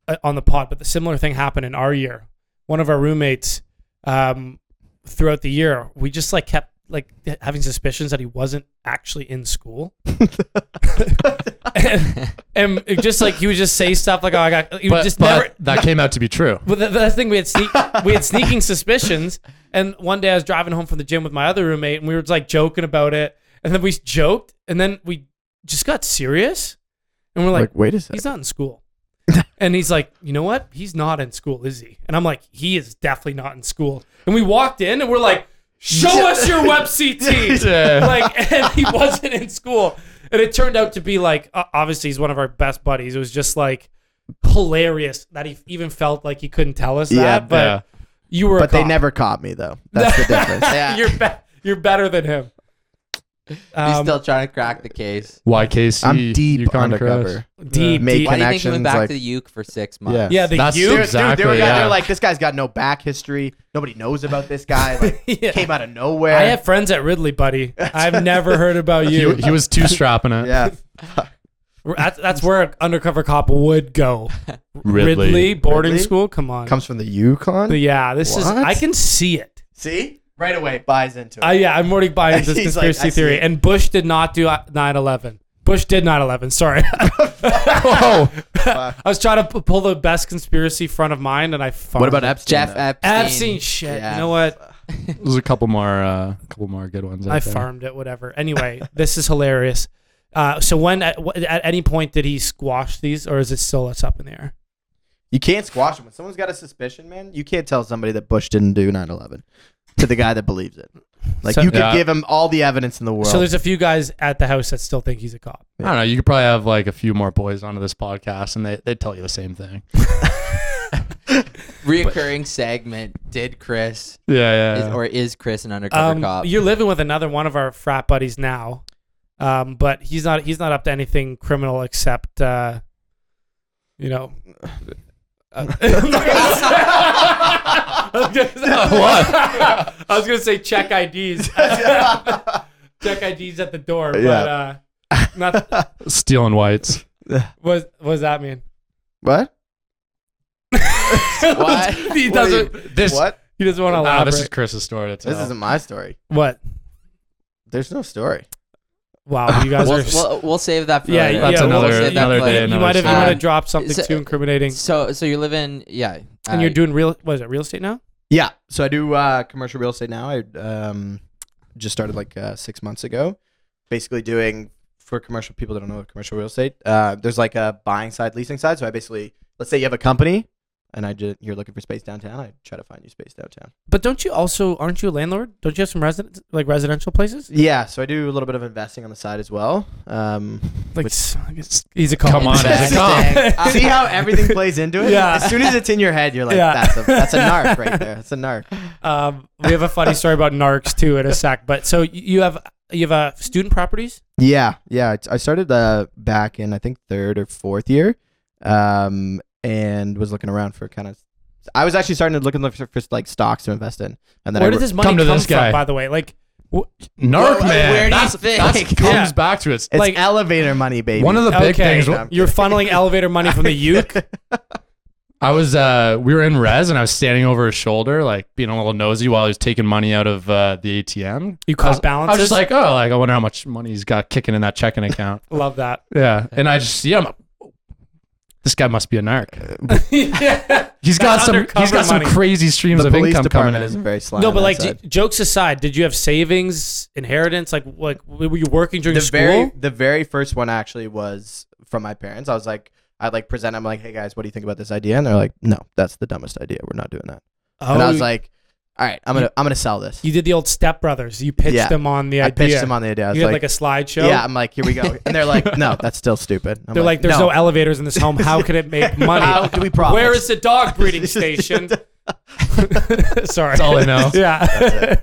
uh, on the pot, but the similar thing happened in our year. One of our roommates um, throughout the year, we just like kept like having suspicions that he wasn't actually in school. and, and it just like he would just say stuff like, "Oh, I got," he would
But,
just
but
never.
that came out to be true.
But the, the thing we had sneak, we had sneaking suspicions, and one day I was driving home from the gym with my other roommate, and we were just like joking about it, and then we joked, and then we just got serious, and we're like,
wait a second.
he's not in school, and he's like, you know what? He's not in school, is he? And I'm like, he is definitely not in school. And we walked in, and we're like, show us your WebCT,
Yeah.
like, and he wasn't in school, and it turned out to be like, uh, obviously he's one of our best buddies. It was just like. Hilarious that he even felt like he couldn't tell us that,
Yeah,
but you were, a
But they
cop.
never caught me though. That's the difference.
Yeah.
You're be- you're better than him.
He's
Um,
still trying to crack the case.
Why, Casey?
I'm
you
deep
can't
undercover.
cross.
deep,
Make
deep.
Why do you think he went
connections,
back
like-
to the Uke for six months?
Yeah.
Um, Yeah, the
That's
you.
Dude,
Exactly,
dude, they were,
yeah.
they're like, this guy's got no back history. Nobody knows about this guy. Like,
Yeah.
came out of nowhere.
I have friends at Ridley, buddy. I've never heard about
He,
you.
he was two strapping it.
yeah.
That's, that's where an undercover cop would go.
Ridley.
boarding
Ridley?
school. Come on.
Comes from the Yukon.
But yeah, this is.
What?
I can see it.
See, right away buys into it.
I, Uh, yeah, I'm already buying this
He's like,
conspiracy
I see
theory.
it.
And Bush did not do 9/11. Bush did 9/11. Sorry,
Oh,
I was trying to p- pull the best conspiracy front of mind, and I. Farmed.
Epstein?
Jeff
though?
Epstein.
Epstein? Shit.
Yeah.
You know what?
there's a couple more, uh, couple more good ones. out
I
there.
farmed it, whatever. Anyway, this is hilarious. Uh, so when at, wh- at any point did he squash these, or is it still us up in the air?
You can't squash him. When someone's got a suspicion, man, you can't tell somebody that Bush didn't do 9/11 to the guy that believes it. Like
So-
you could
Yeah.
give him all the evidence in the world.
So there's a few guys at the house that still think he's a cop.
I don't know. You could probably have like a few more boys onto this podcast, and they they tell you the same thing.
Reoccurring segment. Did Chris
Yeah,
Uh,
yeah.
is, or is Chris an undercover
Um,
cop?
you're living with another one of our frat buddies now, um, but he's not he's not up to anything criminal except, uh, you know. uh, I was gonna say check IDs, check IDs at the door,
Yeah.
but uh, not
Stealing whites.
What, what does that mean?
what?
Why?
he doesn't.
This
What?
He doesn't want to
Ah,
elaborate.
this is Chris's story to tell.
This isn't my story.
what?
There's no story.
Wow, you guys
We'll,
are. s-
we'll, we'll save that for
Yeah,
later.
yeah, That's
another-
save that
another day,
for later.
you
another
might have you
story.
might have dropped something
so-
too incriminating,
So, so you live in yeah,
and
uh,
you're doing real. What is it? Real estate now?
Yeah. So I do uh, commercial real estate now. I um, just started like uh, six months ago. Basically, doing for commercial people that don't know commercial real estate. Uh, there's like a buying side, leasing side. So I basically, let's say you have a company, and I ju- you're looking for space downtown. I try to find you space downtown.
But don't you also aren't you a landlord? Don't you have some resident like residential places?
Yeah. So I do a little bit of investing on the side as well. Um,
Like
which-
s- I guess he's a cop.
Come on, he's a cop.
see how everything plays into it.
Yeah.
As soon as it's in your head, you're like,
Yeah.
that's a that's a narc right there. That's a narc.
Um, we have a funny story about narcs too in a sec. But so y- you have you have uh, student properties.
Yeah, yeah. it's- I started uh, back in I think third or fourth year, um, and was looking around for kind of. I was actually starting to look for, for like stocks to invest in, and then
Where
I
did
wrote-
this money
Come
come,
to this guy.
from? By the way, like
Narc man.
Where- where do you
that's,
think?
that's comes
Yeah.
back to us.
it's
like-
elevator money, baby.
One of the big
Okay.
things.
you're funneling elevator money from the uke.
I was uh we were in res and I was standing over his shoulder, like being a little nosy while he was taking money out of uh, the ATM.
You
I was,
caught
I
balances.
was just like, oh, like I wonder how much money he's got kicking in that checking account.
love that.
yeah, and I just see him. this guy must be a narc.
yeah.
He's got
That's
some. He's
undercover
got some
money.
crazy streams
the
of
police
income coming
department
in.
is very sly.
No,
on
but
that
like j-
side.
jokes aside, did you have savings, inheritance? Like like were you working during
the
school?
very the very first one actually was from my parents. I was like, I like present. I'm like, hey guys, what do you think about this idea? And they're like, no, that's the dumbest idea. We're not doing that.
oh,
and I was
you-
like, all right, I'm gonna I'm gonna sell this.
you did the old Step Brothers. You pitched
Yeah.
them on the
I
idea.
pitched them on the idea. I was
you had like,
like,
a slideshow.
yeah, I'm like, here we go. And they're like, no, that's still stupid. I'm
They're like, there's no.
no
elevators in this home. How could it make money?
How do we profit?
Where is the dog breeding station? Sorry. That's
all I know.
Yeah.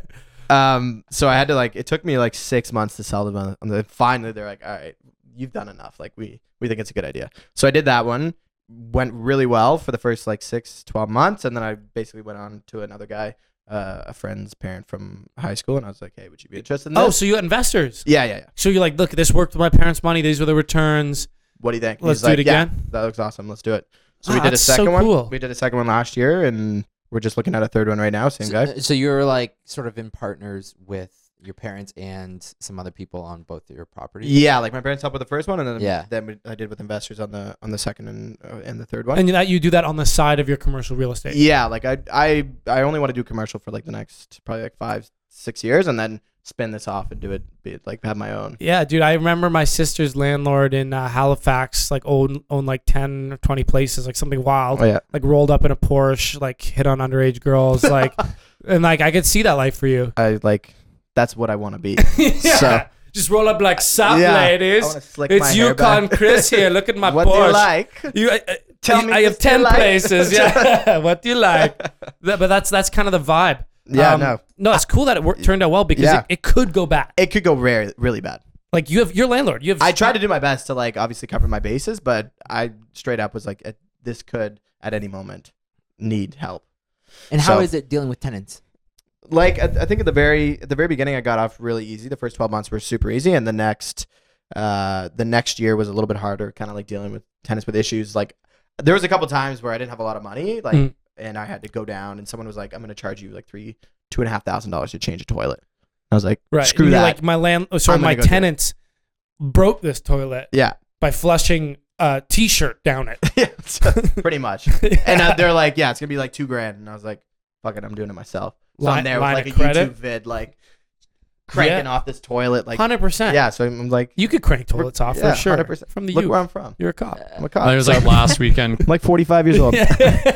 Um, so I had to like, it took me like six months to sell them. On, on the, finally, they're like, all right, you've done enough. Like we, we think it's a good idea. So I did that one, went really well for the first like six, 12 months. And then I basically went on to another guy, uh, a friend's parent from high school. And I was like, hey, would you be interested in this?
oh, so you had investors.
yeah, yeah, yeah.
So you're like, look, this worked with my parents' money. These were the returns.
What do you think? And
Let's
he's
do it
like, "Yeah,
again."
that looks awesome. Let's do it. So
Ah,
we did a
that's so
second one.
cool.
We did a second one last year and we're just looking at a third one right now. Same guy.
So, so you were like sort of in partners with your parents and some other people on both your properties.
Yeah, like my parents helped with the first one, and then
Yeah.
then we, I did with investors on the on the second and uh, and the third one.
And that you do that on the side of your commercial real estate.
yeah, like I I I only want to do commercial for like the next probably like five six years, and then spin this off and do it be it, like have my own.
Yeah, dude. I remember my sister's landlord in uh, Halifax, like owned owned like ten or twenty places, like something wild.
Oh yeah,
Like rolled up in a Porsche, like hit on underage girls, like, and like I could see that life for you.
I like that's what I want to be. So-
just roll up like sup,
Yeah. I
ladies.
wanna slick my
It's
hair back.
Yukon Chris here. Look at my
what do
Porsche.
you like?
You I, I-
Tell
you-
me
I have
this you
ten
like.
places. Yeah, what do you like? That- but that's that's kind of the vibe.
Yeah,
Um,
no,
no, it's cool that it worked, turned out well because
Yeah.
it, it could go back.
it could go rare, really bad.
Like you have your landlord. You have
I tried to do my best to like obviously cover my bases, but I straight up was like, eh, this could at any moment need help.
And how
So-
is it dealing with tenants?
like I, I think at the very at the very beginning I got off really easy. The first 12 months were super easy and the next uh the next year was a little bit harder kind of like dealing with tennis with issues like there was a couple times where I didn't have a lot of money like
Mm.
and I had to go down and someone was like I'm gonna charge you like three two and a half thousand dollars to change a toilet. I was like
right.
screw
you're
that
Like my land. Oh, sorry,
I'm gonna
my
go do it.
tenants broke this toilet
yeah
by flushing a t-shirt down it.
yeah so, pretty much and uh, they're like yeah it's gonna be like two grand and I was like fuck it I'm doing it myself. So
Line-
I'm there with
line
like a
of credit?
YouTube vid like cranking off this toilet like
Hundred percent.
yeah so I'm like
You could crank toilets off
Yeah,
for sure.
100%.
From the
look
U.
where I'm from.
You're a cop.
Uh,
I'm a
And
cop.
it was like last weekend.
I'm like 45 years old.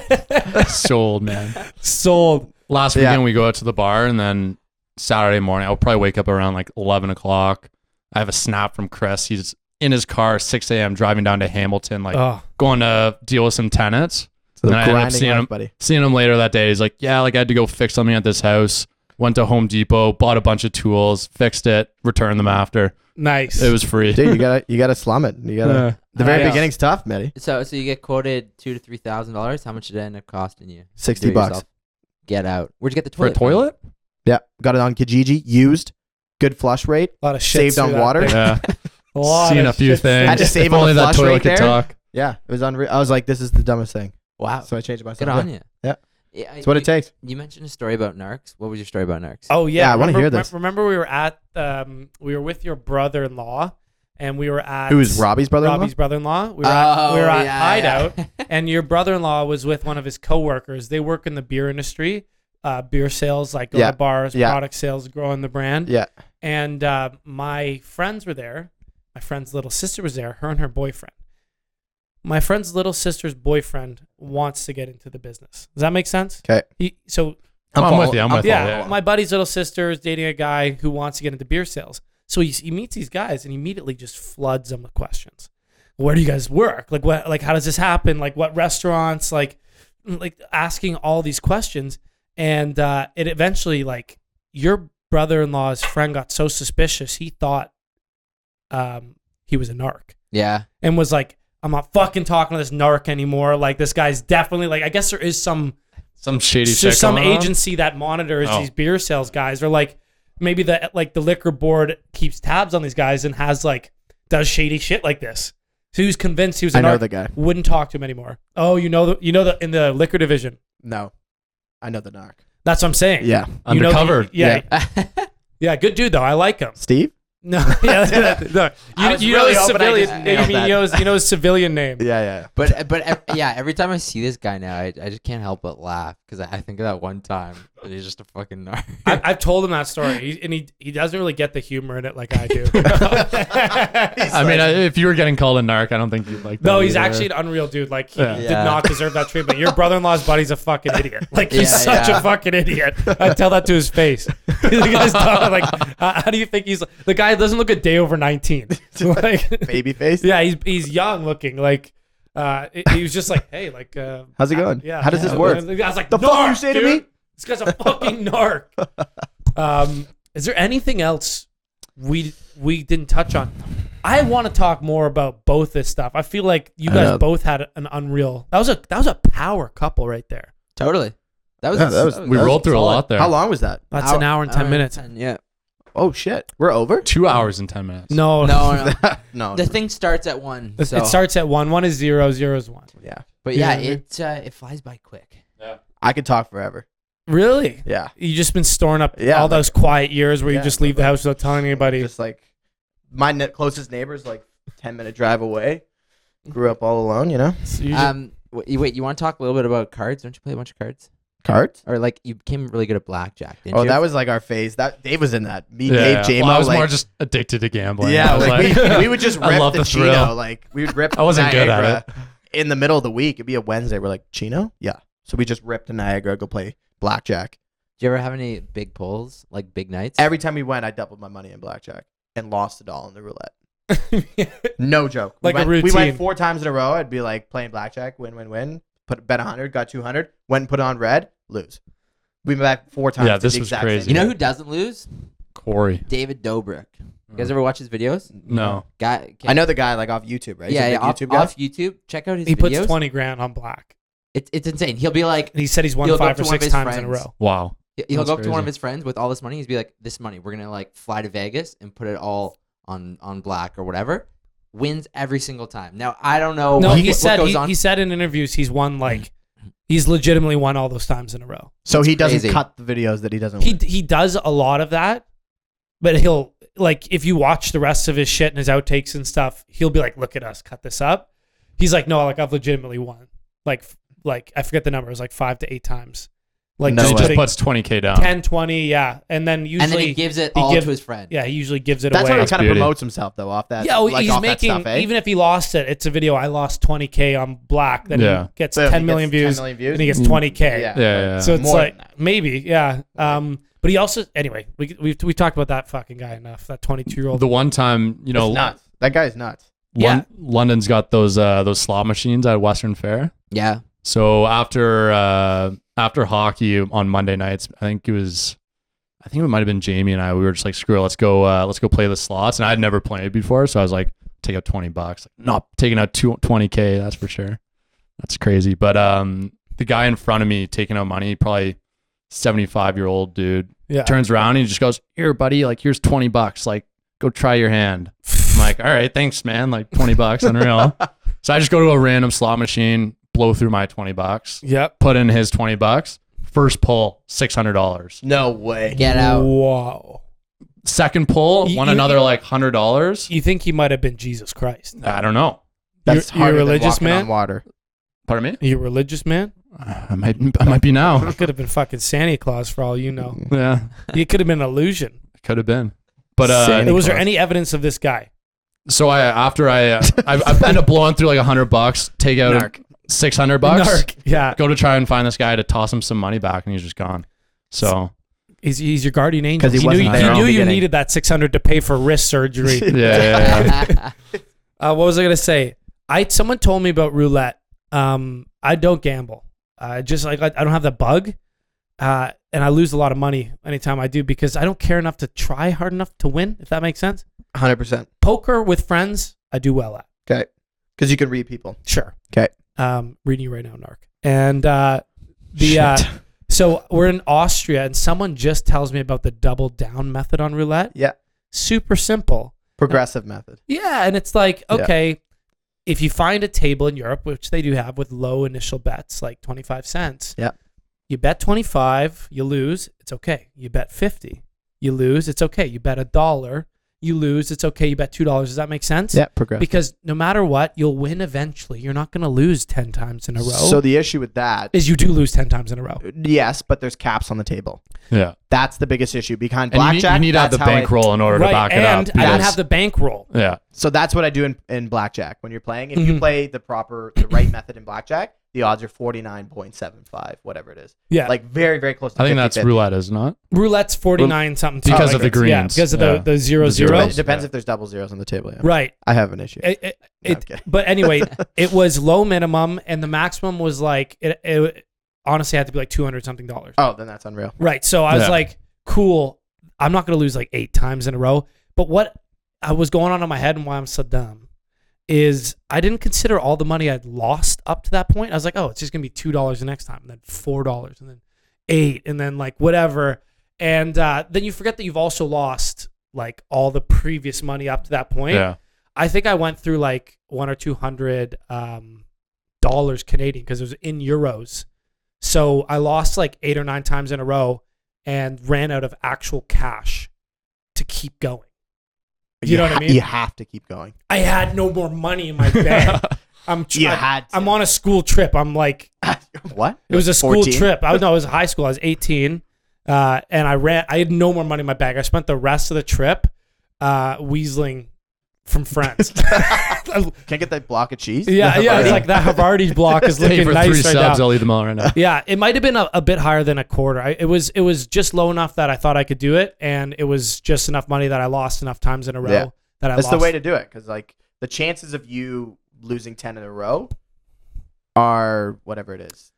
Sold, man.
Sold.
Last
Yeah.
weekend we go out to the bar, and then Saturday morning I'll probably wake up around like eleven o'clock. I have a snap from Chris. He's in his car, six a.m. driving down to Hamilton, like
oh,
going to deal with some tenants.
So
And I ended up
grinding
seeing
life,
him-
buddy.
Seeing him later that day, he's like, "Yeah, like I had to go fix something at this house. Went to Home Depot, bought a bunch of tools, fixed it, returned them after.
nice.
It was free."
Dude, you gotta you gotta slum it. You gotta.
Yeah.
The very
Yeah.
beginning's tough, Matty.
So so you get quoted two to three thousand dollars. How much did it end up costing you? to do
60
it
bucks.
yourself? Get out. Where'd you get the
for a
toilet? from?
toilet?
Yeah, got it on Kijiji. Used, good flush rate.
a lot of shit
Saved
through
on
that
water.
thing.
Yeah,
A lot
seen
of
a few
shit through
things.
I had to
that.
save
if
on
only
the
that
flush
toilet
right
could
there.
talk.
Yeah, it was unreal. I was like, this is the dumbest thing.
Wow.
So I changed myself.
Good on you.
Yeah.
Yeah.
That's what
you,
it takes.
You mentioned a story about narcs. What was your story about narcs?
Oh yeah,
Yeah, I wanna
remember-
hear this.
rem- Remember, we were at um, we were with your brother-in-law, and we were at
Who is Robbie's Oh, brother?
Robbie's brother-in-law. We were at,
Oh,
we were at Hideout, and your brother-in-law was with one of his coworkers. They work in the beer industry, uh, beer sales, like go
Yeah,
to bars,
yeah.
product sales, growing the brand.
Yeah.
And uh, my friends were there. My friend's little sister was there. Her and her boyfriend. My friend's little sister's boyfriend wants to get into the business. Does that make sense?
'Kay.
He, so
I'm,
I'm
with you. I'm
following-
with you.
yeah,
yeah.
my buddy's little sister is dating a guy who wants to get into beer sales. So he, he meets these guys and immediately just floods them with questions. Where do you guys work? Like what? Like how does this happen? Like what restaurants? Like like asking all these questions, and uh, it eventually like your brother-in-law's friend got so suspicious he thought um, he was a narc
Yeah.
and was like, "I'm not fucking talking to this narc anymore." Like this guy's definitely like I guess there is some
Some shady
so
shit.
some
going on.
agency that monitors
Oh.
these beer sales guys or like maybe the like the liquor board keeps tabs on these guys and has like does shady shit like this so he was convinced he was a
I know
narc
the guy.
wouldn't talk to him anymore oh you know the, you know the in the liquor division
No, I know the narc.
that's what i'm saying
Yeah,
You know the-
undercover.
yeah yeah good dude though i like him
Steve.
No, yeah, no.
I
You,
was
you
really
know his
hoping I
civilian.
just
you
nailed
mean
that.
you know his, you know his civilian name?
Yeah, yeah.
But but ev- yeah, every time I see this guy now, I, I just can't help but laugh because I, I think of that one time that he's just a fucking narc.
I, I've told him that story, he, and he he doesn't really get the humor in it like I do.
I mean, I, if you were getting called a narc, I don't think you'd like.
no,
that
he's
either.
actually an unreal dude. Like he
Yeah.
did
Yeah.
not deserve that treatment. Your brother-in-law's buddy's a fucking idiot. Like he's
Yeah,
such
yeah.
a fucking idiot. I tell that to his face. the guy's dumb. like, uh, how do you think he's? The guy doesn't look a day over nineteen. Like,
Baby face.
Yeah, he's he's young looking. Like uh, it- he was just like, hey, like, uh,
How's it going?
yeah.
How does this
yeah.
work?
And I was like,
The fuck you
"Narc,
say to
dude.
me?"
This guy's a fucking narc. um, is there anything else we we didn't touch on? I want to talk more about both this stuff. I feel like you
I
guys
know.
both had an unreal. That was a that was a power couple right there.
totally. That was,
Yeah, that was-
We
That was
rolled through
solid.
a lot there.
How long was that?
That's an hour and ten minutes.
yeah.
Oh shit, we're over.
Two hours and ten minutes.
No,
No,
no.
no.
no,
Oh, the thing starts at one.
It
So,
starts at one. One is zero. Zero is one.
yeah,
but yeah,
Yeah.
it uh, it flies by quick.
I could talk forever.
Really?
Yeah,
You just been storing up
Yeah,
all
like-
those quiet years where you
Yeah,
just leave the house without telling anybody.
just like my ne- closest neighbor's like ten minute drive away. Grew up all alone, you know.
So you just-
Um, wait, you- wait, you want to talk a little bit about cards? Don't you play a bunch of cards?
Cards.
Or like you became really good at blackjack? Didn't
Oh,
you?
that was like our phase. That Dave was in that. Me,
Yeah.
Dave, Jamo.
Well, I was
like,
more just addicted to gambling.
yeah,
I was
like,
like-
we, we would just
I
rip
love
the,
the
chino.
thrill.
Like we would rip.
I wasn't good at
Niagara In the middle of the week, it'd be a Wednesday. We're like chino. Yeah. So we just ripped to Niagara, go play blackjack.
Do you ever have any big pulls, like big nights?
Every time we went, I doubled my money in blackjack and lost it all in the roulette. No joke.
Like a
we went, We
routine.
went four times in a row. I'd be like playing blackjack, win, win, win. Put bet 100, got 200. Went and put on red, lose. We went back four times.
Yeah,
did
this
the
was
exact
crazy.
same
you know
thing.
who doesn't lose?
Corey.
David Dobrik. You guys ever watch his videos?
No.
Guy,
I know the guy like off YouTube, right? He's
yeah,
a
yeah
big
off,
YouTube
YouTube
guy.
off YouTube. Check out his
he
videos.
puts 20 grand on black.
It's it's insane. He'll be like,
And he said he's won
He'll go
five
to
or
one of
six
his
times in a
friends.
row.
Wow.
he'll
That's
go up to one of
crazy.
his friends with all this money. He's be like, "This money, we're gonna like fly to Vegas and put it all on on black or whatever." Wins every single time. Now I don't know.
No,
Oh, what,
he
what
said
goes
he,
on.
he said in interviews he's won like he's legitimately won all those times in a row.
so he doesn't
crazy.
cut the videos that he doesn't
He
win.
he does a lot of that, but he'll like if you watch the rest of his shit and his outtakes and stuff, he'll be like, "Look at us, cut this up." He's like, "No, like I've legitimately won." Like f- like I forget the number, it was like 5 to 8 times. Like
No
So
just
he
way.
just
putting
puts twenty k down.
10 20, yeah. And then usually
and then he gives it
he
all
gives-
to his friend.
Yeah, he usually gives it
That's
away.
how he kind of
beauty.
promotes himself though off that.
Yeah, well,
like,
he's
off that
making
stuff, eh?
even if he lost it, it's a video. I lost 20k on black. Then
Yeah.
he gets
Boom,
10
he
million
gets 10
views,
million views.
and he gets
Mm.
20k.
Yeah.
Yeah. yeah.
So it's
More
like
than that.
maybe, yeah. Um, but he also anyway, we we we talked about that fucking guy enough. That 22 year old.
the one time, you know,
It's nuts. That guy's nuts.
Yeah.
Lon- London's got those uh, those slot machines at Western Fair.
Yeah.
So after uh, after hockey on Monday nights, I think it was, I think it might have been Jamie and I. We were just like, screw it, let's go, uh, let's go play the slots. And I'd never played before, so I was like, take out twenty bucks. Like, not taking out two, 20 k, that's for sure. That's crazy. But um, the guy in front of me taking out money, probably seventy five year old dude,
Yeah.
turns around and he just goes, "Here, buddy, like here's twenty bucks. Like go try your hand." I'm like, "All right, thanks, man. Like twenty bucks, unreal." so I just go to a random slot machine, blow through my twenty bucks,
Yep.
put in his twenty bucks. First pull, six hundred dollars.
No way.
Get out.
Wow.
Second pull,
You-
won
you-
another like hundred dollars.
You think he might have been Jesus Christ?
I don't know.
That's
you're, you're a
harder than
religious
walking on
man.
water.
Pardon me.
You're a religious man.
I might, I might be now.
Could have been fucking Santa Claus for all you know.
yeah,
It could have been an illusion.
could have been. But
Santa
uh,
was there
Claus.
any evidence of this guy?
so I after I uh, I, I end up blowing through like hundred bucks, take out six hundred bucks.
Narc. Yeah.
go to try and find this guy to toss him some money back, and he's just gone. So
He's, he's your guardian angel.
'Cause he
You knew,
wasn't there
you,
in the
knew you
beginning.
needed that 600 to pay for wrist surgery.
yeah, yeah, yeah.
uh, what was I gonna say? I someone told me about roulette. Um, I don't gamble. I just like I, I don't have the bug, uh, and I lose a lot of money anytime I do because I don't care enough to try hard enough to win. If that makes sense.
Hundred percent.
Poker with friends, I do well at.
Okay. Because you can read people.
Sure.
'Kay.
Um, reading you right now, Narc. And uh, the uh,
Shit.
so we're in Austria, and someone just tells me about the double down method on roulette.
Yeah.
Super simple.
Progressive method.
Yeah, and it's like
Yeah.
okay, if you find a table in Europe, which they do have with low initial bets, like twenty five cents.
Yeah.
You bet twenty five, you lose, it's okay. You bet fifty, you lose, it's okay. You bet a dollar, you lose. It's okay. You bet two dollars. Does that make sense?
Yeah, progress.
Because no matter what, you'll win eventually. You're not going to lose ten times in a row.
So the issue with that,
is you do lose ten times in a row.
yes, but there's caps on the table.
Yeah.
That's the biggest issue behind
And you need-
blackjack.
you need, to have the
that's how I-
bankroll in order to back it
and
up.
I don't
because-
have the bankroll.
Yeah.
So that's what I do in, in blackjack when you're playing. If you
Mhm.
play the proper, the right method in blackjack, the odds are 49.75, whatever it is.
Yeah, like
Like very, very close to
I think that's
50-50.
roulette, is it not?
roulette's forty nine something
because
something
of
like
the
that. Yeah,
greens.
because of
Yeah.
the the zero
The
But
zero.
zeros.
It depends if there's double zeros on the table. Yeah.
Right.
I have an issue.
It- it-
No, I'm
it-
kidding.
but anyway, it was low minimum, and the maximum was like it. it honestly, had to be like two hundred something dollars.
oh, then that's unreal.
Right. So I was
Uh, Yeah.
like, cool. I'm not going to lose like eight times in a row. But what I was going on in my head and why I'm so dumb is I didn't consider all the money I'd lost up to that point. I was like, oh, it's just going to be $2 the next time, and then $4, and then eight, and then like whatever. And uh, then you forget that you've also lost like all the previous money up to that point.
Yeah.
I think I went through like one or two hundred um, dollars Canadian because it was in euros. So I lost like eight or nine times in a row and ran out of actual cash to keep going. You know what I
ha-
mean?
You have to keep going.
I had no more money in my bag. I'm tr-
You had to.
I'm on a school trip. I'm like
what?
it was a school
14?
trip. I was no, I was in high school. I was 18, uh, and I ran. I had no more money in my bag. I spent the rest of the trip uh, weaseling from friends.
Can I get that block of cheese?
Yeah, yeah. It's like that Havarti block is
Pay
looking
for
nice
three
right
subs,
now.
I'll eat them all right now.
Yeah, it might have been a, a bit higher than a quarter. I, it was it was just low enough that I thought I could do it, and it was just enough money that I lost enough times in a row
Yeah.
that I
That's
lost.
the way to do it because like the chances of you losing ten in a row are whatever it is,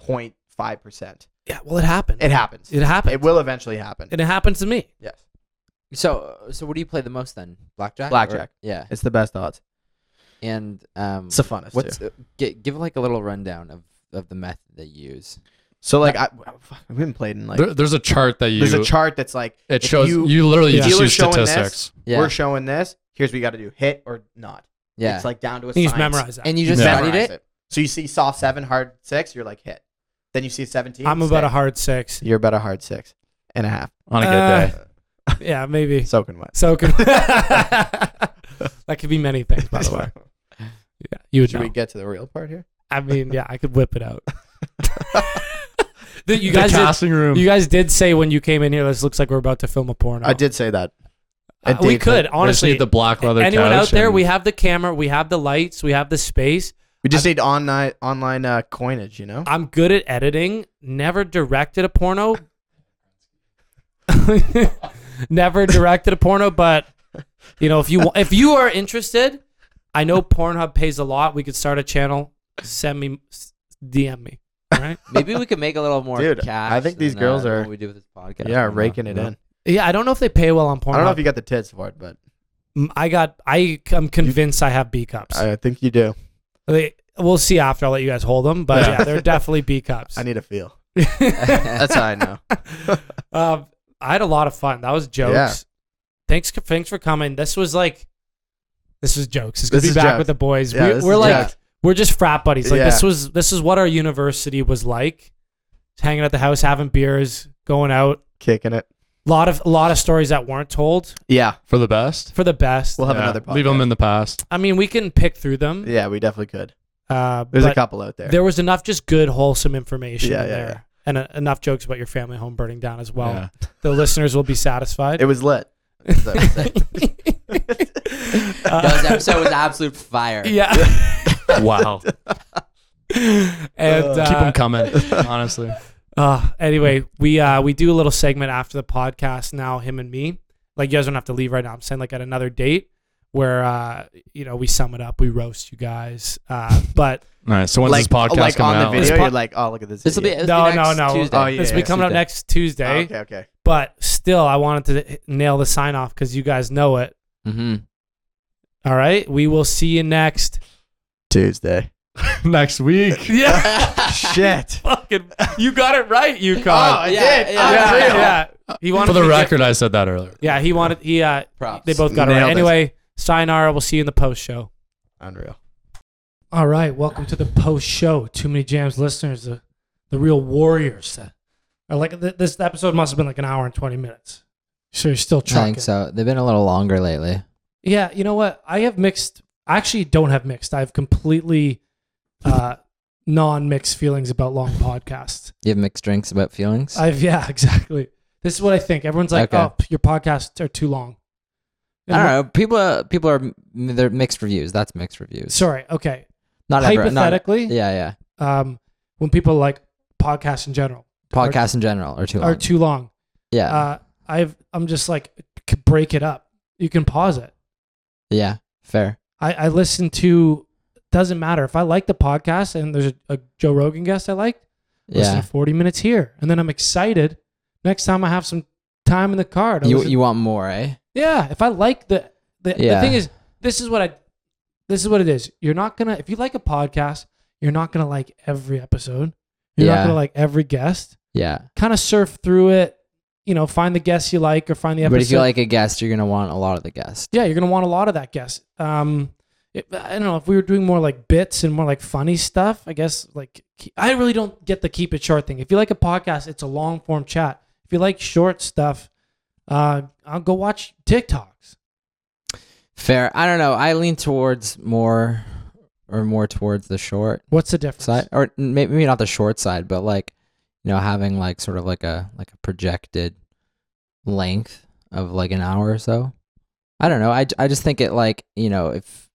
05 percent.
yeah, well, it happened.
It happens.
It happened.
It will eventually happen.
and it happened to me.
yes,
So, so what do you play the most then? Blackjack. or-
Blackjack.
yeah,
it's the best odds.
and um,
It's the funnest.
what's
too.
uh, gi- give like a little rundown of of the method they use.
So like I, I haven't played in like
There, there's a chart that you.
there's a chart that's like
It
if
shows you, literally
if
just
were
use
showing this,
statistics.
Yeah,
We're showing this. Here's what you got to do: hit or not.
yeah,
It's like down to a
You just
science.
memorize that.
and you just
Yeah.
studied
Memorize
it.
So you see soft seven, hard six. You're like hit. Then you see seventeen.
I'm about a
stick.
hard six.
You're about a hard six and a half.
On a good
Uh,
day.
Yeah, maybe. So,
Soaking wet.
could that could be many things, by the way. Yeah, you would
Should we
know.
get to the real part here?
I mean, yeah, I could whip it out. That you guys
the
did-
casting room.
You guys did say when you came in here, this looks like we're about to film a porno.
I did say that.
Uh,
I
we
did.
could
They just
honestly.
need the black leather.
anyone
couch
out there?
and-
We have the camera, we have the lights, we have the space.
We just need online online uh, coinage, you know.
I'm good at editing. Never directed a porno. Never directed a porno, but you know, if you wa- if you are interested, I know Pornhub pays a lot. We could start a channel. Send me, s- DM me. All right.
Maybe we could make a little more
Dude,
cash.
I think these
than,
girls
uh, than
are-
what we do with this podcast.
yeah,
right now,
raking
you
it
know?
in.
Yeah, I don't know if they pay well on Pornhub.
I don't know if you got the tits for it, but
Mm, I got. I am convinced I have B cups.
I think you do.
They, we'll see after. I'll let you guys hold them. But
Yeah.
yeah, they're definitely B cups.
I need a feel.
That's
That's how I know.
um, I had a lot of fun. That was jokes.
Yeah.
Thanks, thanks for coming. This was like, this was jokes. It's gonna
This
be
is
back
jokes.
with the boys.
Yeah,
we,
this
we're
is
like,
jokes.
we're just frat buddies. Like
Yeah.
this was, this is what our university was like. Just hanging at the house, having beers, going out.
Kicking it.
A lot of, a lot of stories that weren't told
Yeah,
for the best.
for the best.
we'll have
Yeah,
another.
Leave them in the past.
I mean, we can pick through them.
Yeah, we definitely could.
Uh,
There's
but
a couple out there.
there was enough just good, wholesome information
Yeah,
in
yeah,
there.
yeah.
And uh, enough jokes about your family home burning down as well.
Yeah.
The listeners will be satisfied.
It was lit. That's what I would say.
Uh,
That was- episode was absolute fire.
yeah.
wow. Keep
and uh,
them coming. Honestly.
uh, anyway, we uh, we do a little segment after the podcast now, him and me. Like you guys don't have to leave right now. I'm saying like at another date where uh, you know we sum it up, we roast you guys. Uh, but
All right. So when's
like,
this podcast
like
coming
on the
out?
video,
This
you're
po-
like, oh, look at this.
This will be,
idiot.
this will
No,
be next
no, no.
Tuesday.
Oh, yeah,
it's
yeah,
be coming out
Tuesday.
next Tuesday.
Oh, okay, okay.
But still, I wanted to nail the sign off because you guys know it.
Mm-hmm.
All right, we will see you next.
Tuesday.
next week.
Yeah,
Shit.
fucking, you got it right, you
Oh, I
yeah,
did.
yeah,
Unreal.
yeah, yeah. He wanted
For the
to get-
record, I said that earlier.
Yeah, he wanted. He uh,
Props.
they both got it
Nailed
right.
it.
Anyway, sayonara. We'll see you in the post show.
Unreal.
All right, welcome to the post show. Too many jams, listeners. The, Uh, the real warriors. I like th- this episode must have been like an hour and twenty minutes. So you're still
I
trucking.
think so. They've been a little longer lately.
Yeah, you know what? I have mixed. I actually don't have mixed. I have completely uh, non-mixed feelings about long podcasts.
You have mixed drinks about feelings.
I've yeah, exactly. This is what I think. Everyone's like,
Okay.
"Oh, p- your podcasts are too long."
I don't know. People, uh, people are they're mixed reviews. That's mixed reviews.
Sorry. Okay.
not everyone- not-
Hypothetically,
yeah, yeah.
um, when people are like podcasts in general
Podcasts in general are too long.
are too long,
yeah,
uh, I've I'm just like c- break it up. You can pause it.
yeah. Fair.
I, I listen to doesn't matter if I like the podcast and there's a, a Joe Rogan guest I like. Listen
Yeah.
to 40 minutes here, and then I'm excited. Next time I have some time in the car. to
You
listen-
you want more, eh?
yeah. If I like the the,
Yeah.
the thing is, this is what I this is what it is. You're not gonna if you like a podcast, you're not gonna like every episode. You're not
Yeah.
gonna like every guest.
Yeah.
Kind of surf through it. You know, find the guests you like or find the episode.
But if you like a guest, you're gonna want a lot of the guests.
yeah, you're gonna want a lot of that guest. Um, it, I don't know if we were doing more like bits and more like funny stuff. I guess like ke- I really don't get the keep it short thing. If you like a podcast, it's a long form chat. If you like short stuff, uh, I'll go watch TikToks.
Fair. I don't know. I lean towards more or more towards the short
What's the difference?
side, or n- may- maybe not the short side, but like you know, having like sort of like a like a projected length of like an hour or so. I don't know. I, j- I just think it like you know if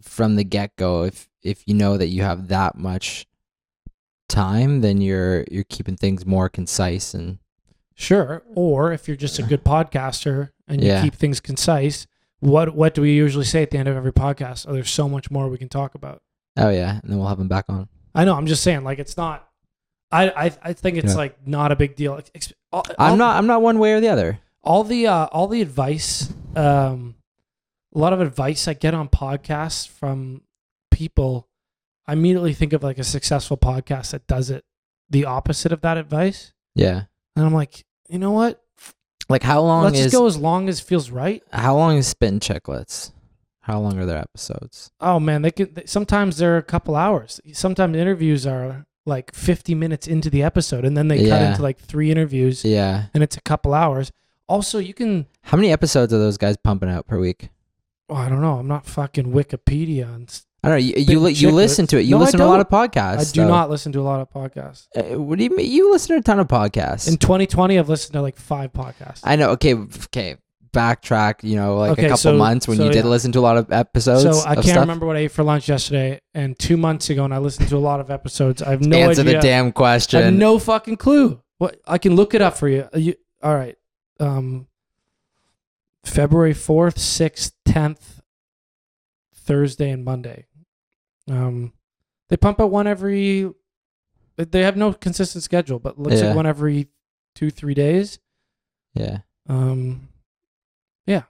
from the get go if if you know that you have that much time, then you're you're keeping things more concise and
Sure. Or if you're just a good podcaster and you
Yeah.
keep things concise, what what do we usually say at the end of every podcast? Oh, there's so much more we can talk about.
oh yeah, and then we'll have them back on.
I know. I'm just saying, like, it's not. I I, I think it's
Yeah.
like not a big deal. Ex- ex- all- all-
I'm not I'm not one way or the other.
all the uh, all the advice. Um, a lot of advice I get on podcasts from people. I immediately think of like a successful podcast that does it the opposite of that advice,
Yeah.
and I'm like, you know what?
Like how long
Let's
is
just go as long as feels right.
how long is spin chicklets? How long are their episodes?
Oh man, they could. They, sometimes they're a couple hours. Sometimes interviews are like 50 minutes into the episode, and then they cut
Yeah.
into like three interviews.
Yeah.
and it's a couple hours. Also, you can.
How many episodes are those guys pumping out per week?
Oh, I don't know. I'm not fucking Wikipedia. And s-
I don't know. You
Spin
you, li- you listen
Chicklets?
to it. You
uh, No, I
listen to a lot of podcasts.
I do
though.
not listen to a lot of podcasts.
Uh, what do you mean? You listen to a ton of podcasts.
In 2020, I've listened to like five podcasts.
I know. Okay. Okay. Backtrack. You know, like
Okay,
a couple
so-
months when
so,
you did
yeah.
listen to a lot of episodes.
so I
of
can't
stuff.
remember what I ate for lunch yesterday, and two months ago, and I listened to a lot of episodes. I have no
Answer
idea.
the damn
I have
question.
no fucking clue. What I can look it up for you. Are you all right? Um, February fourth, sixth, tenth, Thursday, and Monday. Um, they pump out one every. They have no consistent schedule, but looks
Yeah.
like one every two, three days.
yeah.
Um, yeah.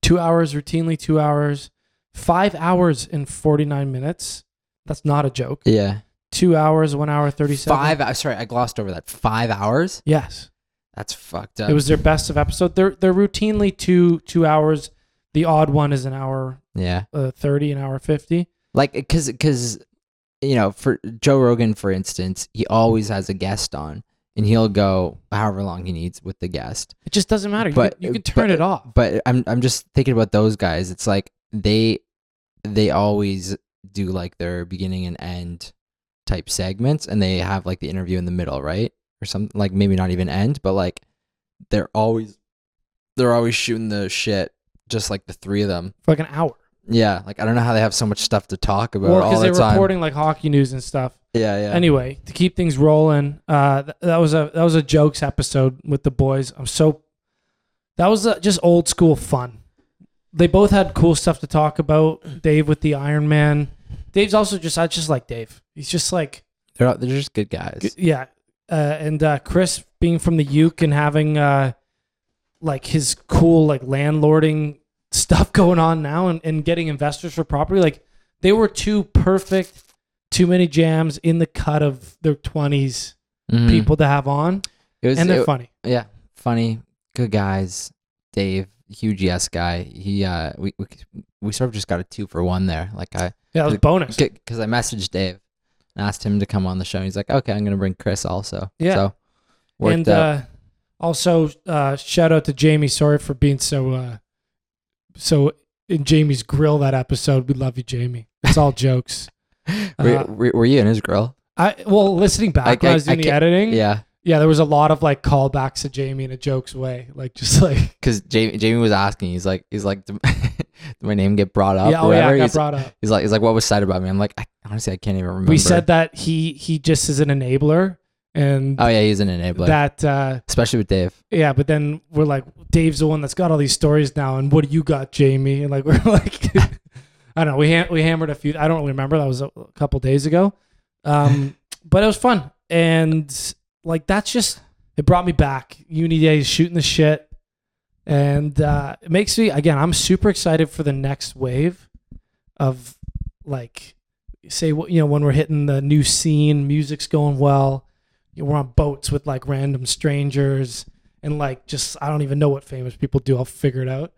Two hours routinely. Two hours. Five hours and forty nine minutes. That's not a joke.
Yeah.
Two hours, one hour, thirty seven.
Five. hou- Sorry, I glossed over that. Five hours.
Yes,
That's fucked up.
it was their best of episode. They're they're routinely two two hours. The odd one is an hour
yeah.
uh, thirty, an hour fifty.
like because because you know for joe rogan for instance he always has a guest on and he'll go however long he needs with the guest
It just doesn't matter. You,
But- uh,
can, you can turn
but-
it off.
but i'm i'm just thinking about those guys it's like they they always do like their beginning and end type segments and they have like the interview in the middle right or something like maybe not even end but like they're always they're always shooting the shit just like the three of them
for like an hour.
yeah like i don't know how they have so much stuff to talk about
Well,
all
because
the
they're
time
reporting like hockey news and stuff.
yeah yeah
Anyway, to keep things rolling, uh, th- that was a that was a jokes episode with the boys. I'm so that was uh just old school fun. They both had cool stuff to talk about. Dave with the Iron Man. Dave's also just I just like Dave. He's just like
they're, they're just good guys
G- Yeah, uh, and uh, Chris being from the Uke and having uh, like his cool like landlording stuff going on now, and, and getting investors for property. Like they were two perfect, too many jams in the cut of their twenties
Mhm.
people to have on,
It was
and they're
it-
funny.
yeah, funny, good guys. Dave, huge yes guy. He uh, we we we sort of just got a two for one there. Like I
Yeah, that was bonus.
because I messaged Dave and asked him to come on the show. He's like, okay, I'm gonna bring Chris also.
Yeah.
so worked
And
out.
uh, Also, uh, shout out to Jamie. Sorry for being so uh, so in Jamie's grill that episode. We love you, Jamie. It's all jokes.
were,
Uh,
were, were you in his grill?
I well, listening back
I-
when I,
I-
was
I
doing the
can't-
editing,
Yeah,
yeah, there was a lot of like callbacks to Jamie in a jokes way, like just like
because Jamie, Jamie was asking. He's like, he's like, did my name get brought up?
yeah, oh
or
yeah,
whatever?
it got
he's,
brought up.
he's like, he's like, what was said about me? I'm like, I, honestly, I can't even remember.
We said that he he just is an enabler, and
Oh yeah, he's an enabler,
that uh,
especially with Dave.
yeah. But then we're like, Dave's the one that's got all these stories now, and what do you got, Jamie? And like we're like, I don't know. We ha- we hammered a few. I don't really remember. That was a, a couple days ago, um, but it was fun, and like that's just it brought me back. Uni days, shooting the shit, and uh, it makes me again. I'm super excited for the next wave of like say what you know when we're hitting the new scene music's going well you know, we're on boats with like random strangers and like just i don't even know what famous people do i'll figure it out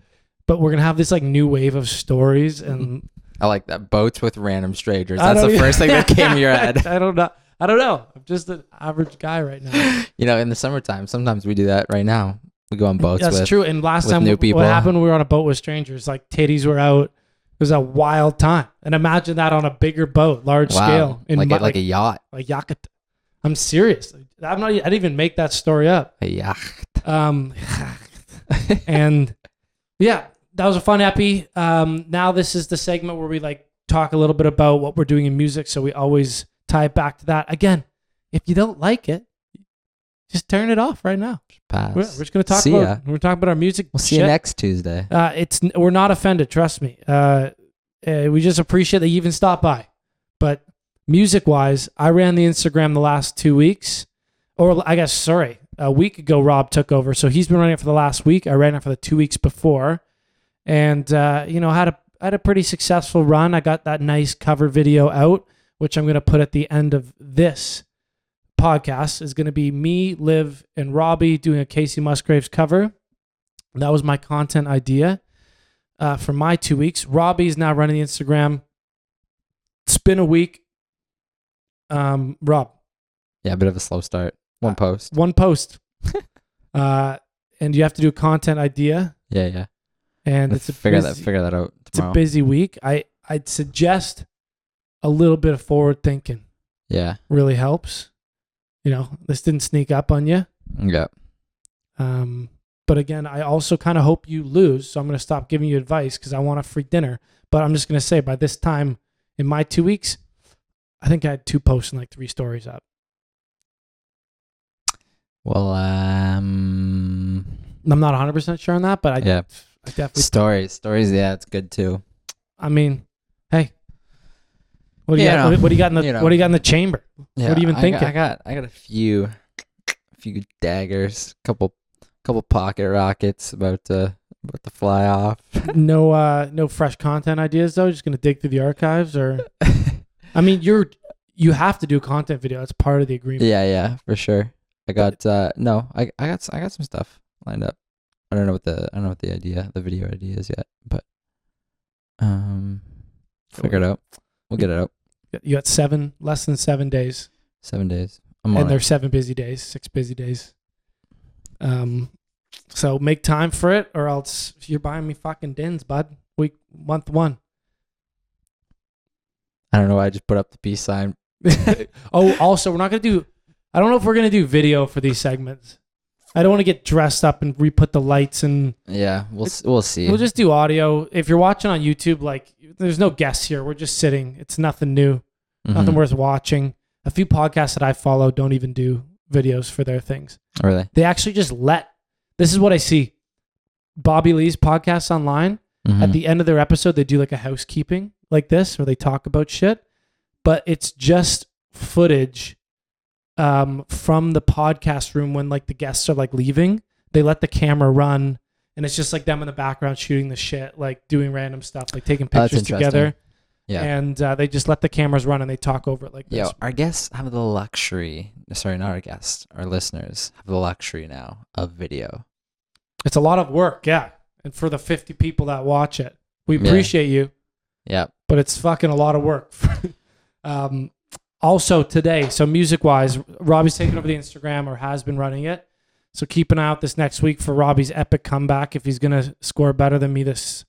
but we're gonna have this like new wave of stories and
I like that. Boats with random strangers.
I
That's
don't
the
e-
first thing Mm-hmm. that came to your head.
i don't know i don't know i'm just an average guy right now
You know, in the summertime, sometimes we do that. Right now, we go on boats
that's
with
true and last
with
time
new
what
people.
happened we were on a boat with strangers like titties were out it was a wild time and imagine that on a bigger boat large
wow,
scale in
like
my-
a, like a yacht,
like Yakuta. I'm serious. I'm not. e, I didn't even make that story up.
a yacht.
Um, and yeah, that was a fun epi. Um, now this is the segment where we like talk a little bit about what we're doing in music. So we always tie it back to that. Again, if you don't like it, just turn it off right now.
Pass.
We're, we're just gonna talk
See
about.
ya.
We're talking about our music.
We'll see
shit.
you next Tuesday.
Uh, it's we're not offended. Trust me. Uh, uh, we just appreciate that you even stopped by. But music wise, I ran the Instagram the last two weeks, or I guess sorry, a week ago Rob took over, so he's been running it for the last week. I ran it for the two weeks before, and uh, you know had a had a pretty successful run. I got that nice cover video out, which I'm gonna put at the end of this podcast. Is gonna be me, Liv, and Robbie doing a Casey Musgraves cover. That was my content idea uh, for my two weeks. Robbie's now running the Instagram. It's been a week. Um, Rob,
Yeah, a bit of a slow start.
Uh,
One post.
one post, uh, and you have to do a content idea,
Yeah, yeah.
and
Let's
it's a
figure that
busy,
figure that out
it's a
tomorrow.
busy week. I I'd suggest a little bit of forward thinking
yeah,
really helps. You know, this didn't sneak up on you.
yeah.
Um, but again, I also kind of hope you lose. So I'm going to stop giving you advice because I want a free dinner. But I'm just going to say by this time in my two weeks, I think I had two posts and like three stories up.
Well, um,
And I'm not 100% sure on that, but I,
yeah.
I definitely,
Stories, stories. Yeah, it's good too.
I mean, hey, what do you,
Yeah,
got,
no.
what, what do you got in the,
You know.
what do you got in the chamber?
Yeah,
What are you even
I
thinking?
Got, I got, I got a few, a few daggers, couple, couple pocket rockets about to about to fly off.
no, uh, no fresh content ideas though. Just going to dig through the archives or, I mean, you're, you have to do a content video. That's part of the agreement.
yeah, yeah, for sure. I got uh no, I I got s- I got some stuff lined up. I don't know what the I don't know what the idea, the video idea is yet, but um, figure it out. We'll get it out.
You got seven, less than seven days.
Seven days. I'm on
and
it.
there's seven busy days, six busy days. Um, so make time for it, or else you're buying me fucking dins, bud. Week month one.
I don't know why I just put up the peace sign.
oh, also we're not gonna do. I don't know if we're gonna do video for these segments. I don't want to get dressed up and re-put the lights, and
Yeah, we'll s- we'll see.
we'll just do audio. If you're watching on YouTube, like there's no guests here. We're just sitting. It's nothing new,
Mhm.
nothing worth watching. A few podcasts that I follow don't even do videos for their things.
really.
they actually just let this is what i see bobby lee's podcast online at
Mhm.
the end of their episode they do like a housekeeping like this where they talk about shit but it's just footage um, from the podcast room when like the guests are like leaving they let the camera run and it's just like them in the background shooting the shit like doing random stuff like taking
Oh, that's
pictures together
Yeah.
and uh, they just let the cameras run and they talk over it like this
Yo, our guests have the luxury. Sorry, not our guests. Our listeners have the luxury now of video.
it's a lot of work yeah and for the 50 people that watch it we
Yeah.
appreciate you
Yeah.
but it's fucking a lot of work. um, also today, so music wise, Robbie's taking over the Instagram or has been running it. So keep an eye out this next week for Robbie's epic comeback if he's gonna score better than me this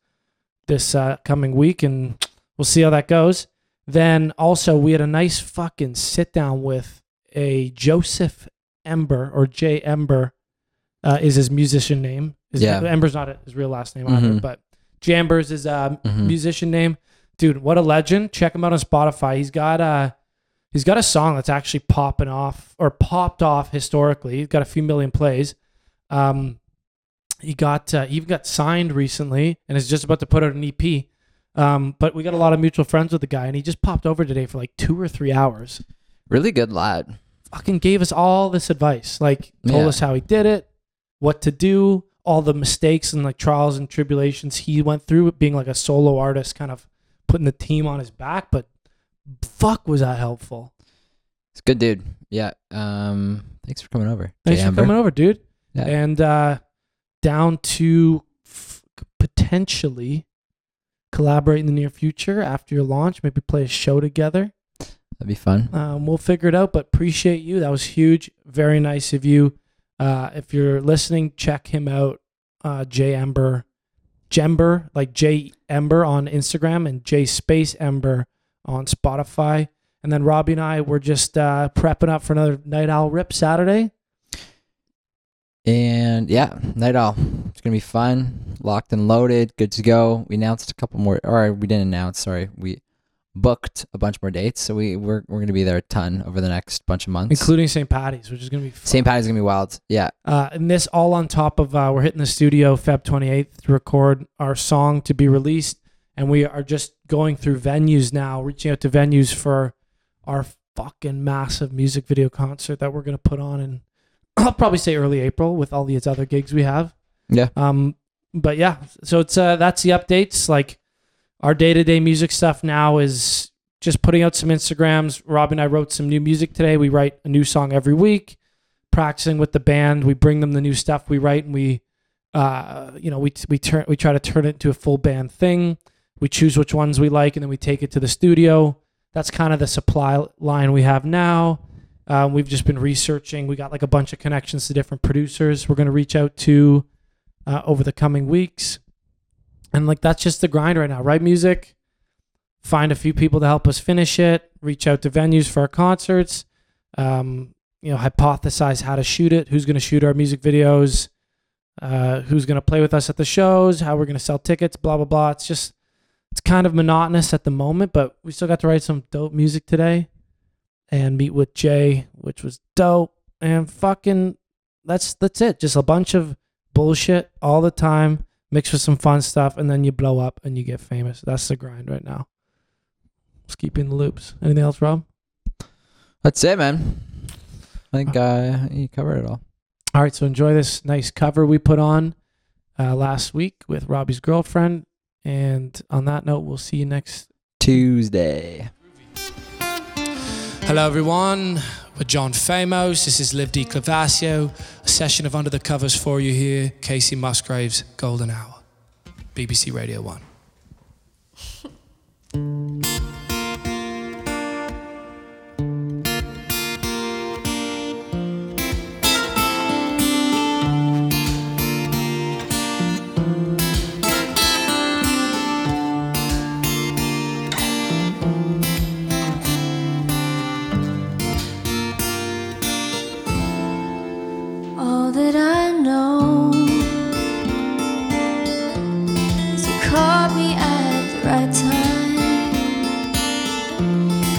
this uh, coming week, and we'll see how that goes. Then also we had a nice fucking sit down with a Joseph Ember or Jay Ember uh, is his musician name. His-
Yeah.
Ember's not his real last name either,
Mhm.
but Jambers is his uh,
Mhm.
musician name. Dude, what a legend! Check him out on Spotify. He's got uh he's got a song that's actually popping off or popped off historically. He's got a few million plays. Um, he got uh, he even got signed recently and is just about to put out an EP. Um, but we got a lot of mutual friends with the guy, and he just popped over today for like two or three hours.
Really good lad.
Fucking gave us all this advice, like told
Yeah.
us how he did it, what to do, all the mistakes and like trials and tribulations he went through, being like a solo artist, kind of putting the team on his back. But fuck, was that helpful?
It's a good dude. Yeah. Um. Thanks for coming over.
Thanks
Jay
for
Amber.
coming over, dude.
Yeah.
And uh, down to f- potentially collaborate in the near future after your launch, maybe play a show together.
That'd be fun.
Um, we'll figure it out, but appreciate you. That was huge. Very nice of you. Uh, if you're listening, check him out. Uh, J Ember, Jember, like J Ember on Instagram and J Space Ember on Spotify. And then Robbie and I were just uh, prepping up for another Night Owl Rip Saturday.
And yeah, night all. It's gonna be fun. Locked and loaded. Good to go. We announced a couple more. Or we didn't announce. Sorry, we booked a bunch more dates. So we we're we're gonna be there a ton over the next bunch of months.
including St. Patty's, which is going to be fun.
St. Patty's gonna be wild. Yeah.
Uh, and this all on top of uh, we're hitting the studio Feb 28th to record our song to be released, and we are just going through venues now, reaching out to venues for our fucking massive music video concert that we're gonna put on in I'll probably say early April with all these other gigs we have.
Yeah.
Um, but yeah, so it's uh that's the updates. Like our day to day music stuff now is just putting out some Instagrams. Rob and I wrote some new music today. We write a new song every week, practicing with the band. We bring them the new stuff we write and we uh you know, we we turn we try to turn it into a full band thing. We choose which ones we like and then we take it to the studio. That's kind of the supply line we have now. Um, we've just been researching. We got like a bunch of connections to different producers we're going to reach out to uh, over the coming weeks. And like that's just the grind right now. Write music, find a few people to help us finish it, reach out to venues for our concerts, um, you know, hypothesize how to shoot it, who's going to shoot our music videos, uh, who's going to play with us at the shows, how we're going to sell tickets, blah, blah, blah. It's just, it's kind of monotonous at the moment, but we still got to write some dope music today and meet with Jay, which was dope. And fucking, that's that's it. Just a bunch of bullshit all the time, mixed with some fun stuff, and then you blow up and you get famous. That's the grind right now. Let's keep you in the loops. Anything else, Rob?
That's it, man. I think uh, you covered it all.
All right, so enjoy this nice cover we put on uh, last week with Robbie's girlfriend. And on that note, we'll see you next
Tuesday.
Hello, everyone. We're John Famos. This is Liv D. Clavasio. A session of Under the Covers for you here. Casey Musgraves, Golden Hour, BBC Radio 1.
All that I know is you caught me at the right time.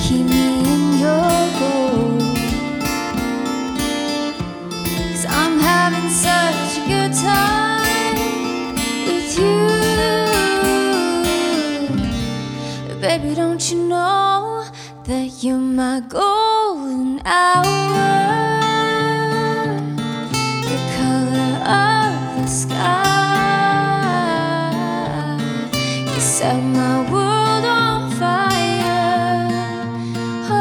Keep me in your goal. Cause I'm having such a good time with you. Baby, don't you know that you're my golden hour? the color of the sky. You set my world on fire. Oh,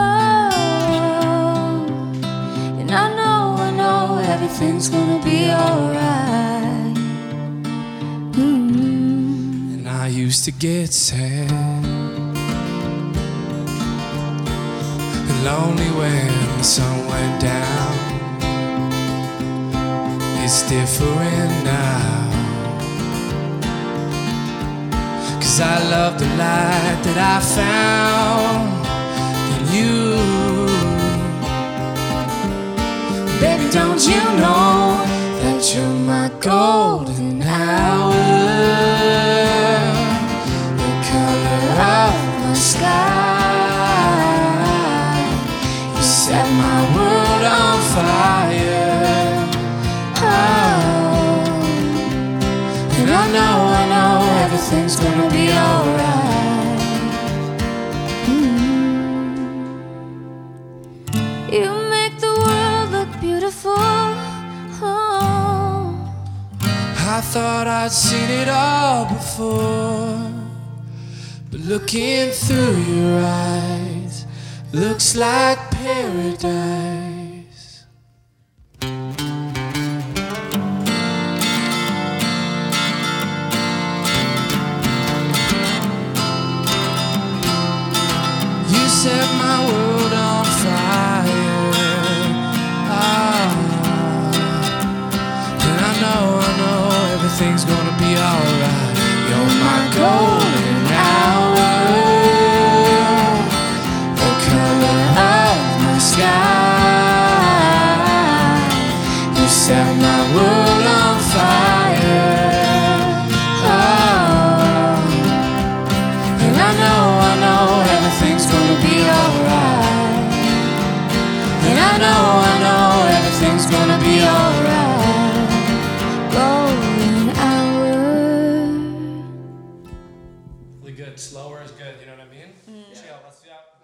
and I know, I know everything's gonna be alright. mm
And I used to get sad and lonely when the sun went down. it's different now. Cause I love the light that I found in you. Baby, don't you know that you're my golden hour? The color of my sky. You set my world on fire. Ah. Oh. And I know, I know everything's gonna be alright. Mm.
You make the world look beautiful. Oh.
I thought I'd seen it all before. But looking through your eyes looks like paradise. You set my world on fire. Ah. And I know, I know everything's gonna be alright. You're my golden hour, the color of my sky. You set my world on fire. Oh. And I know, I know everything's gonna be alright. And I know, I know everything's gonna be alright.
Golden hour.
Really good. Slower is good. You know what I mean? Chill. Let's yeah.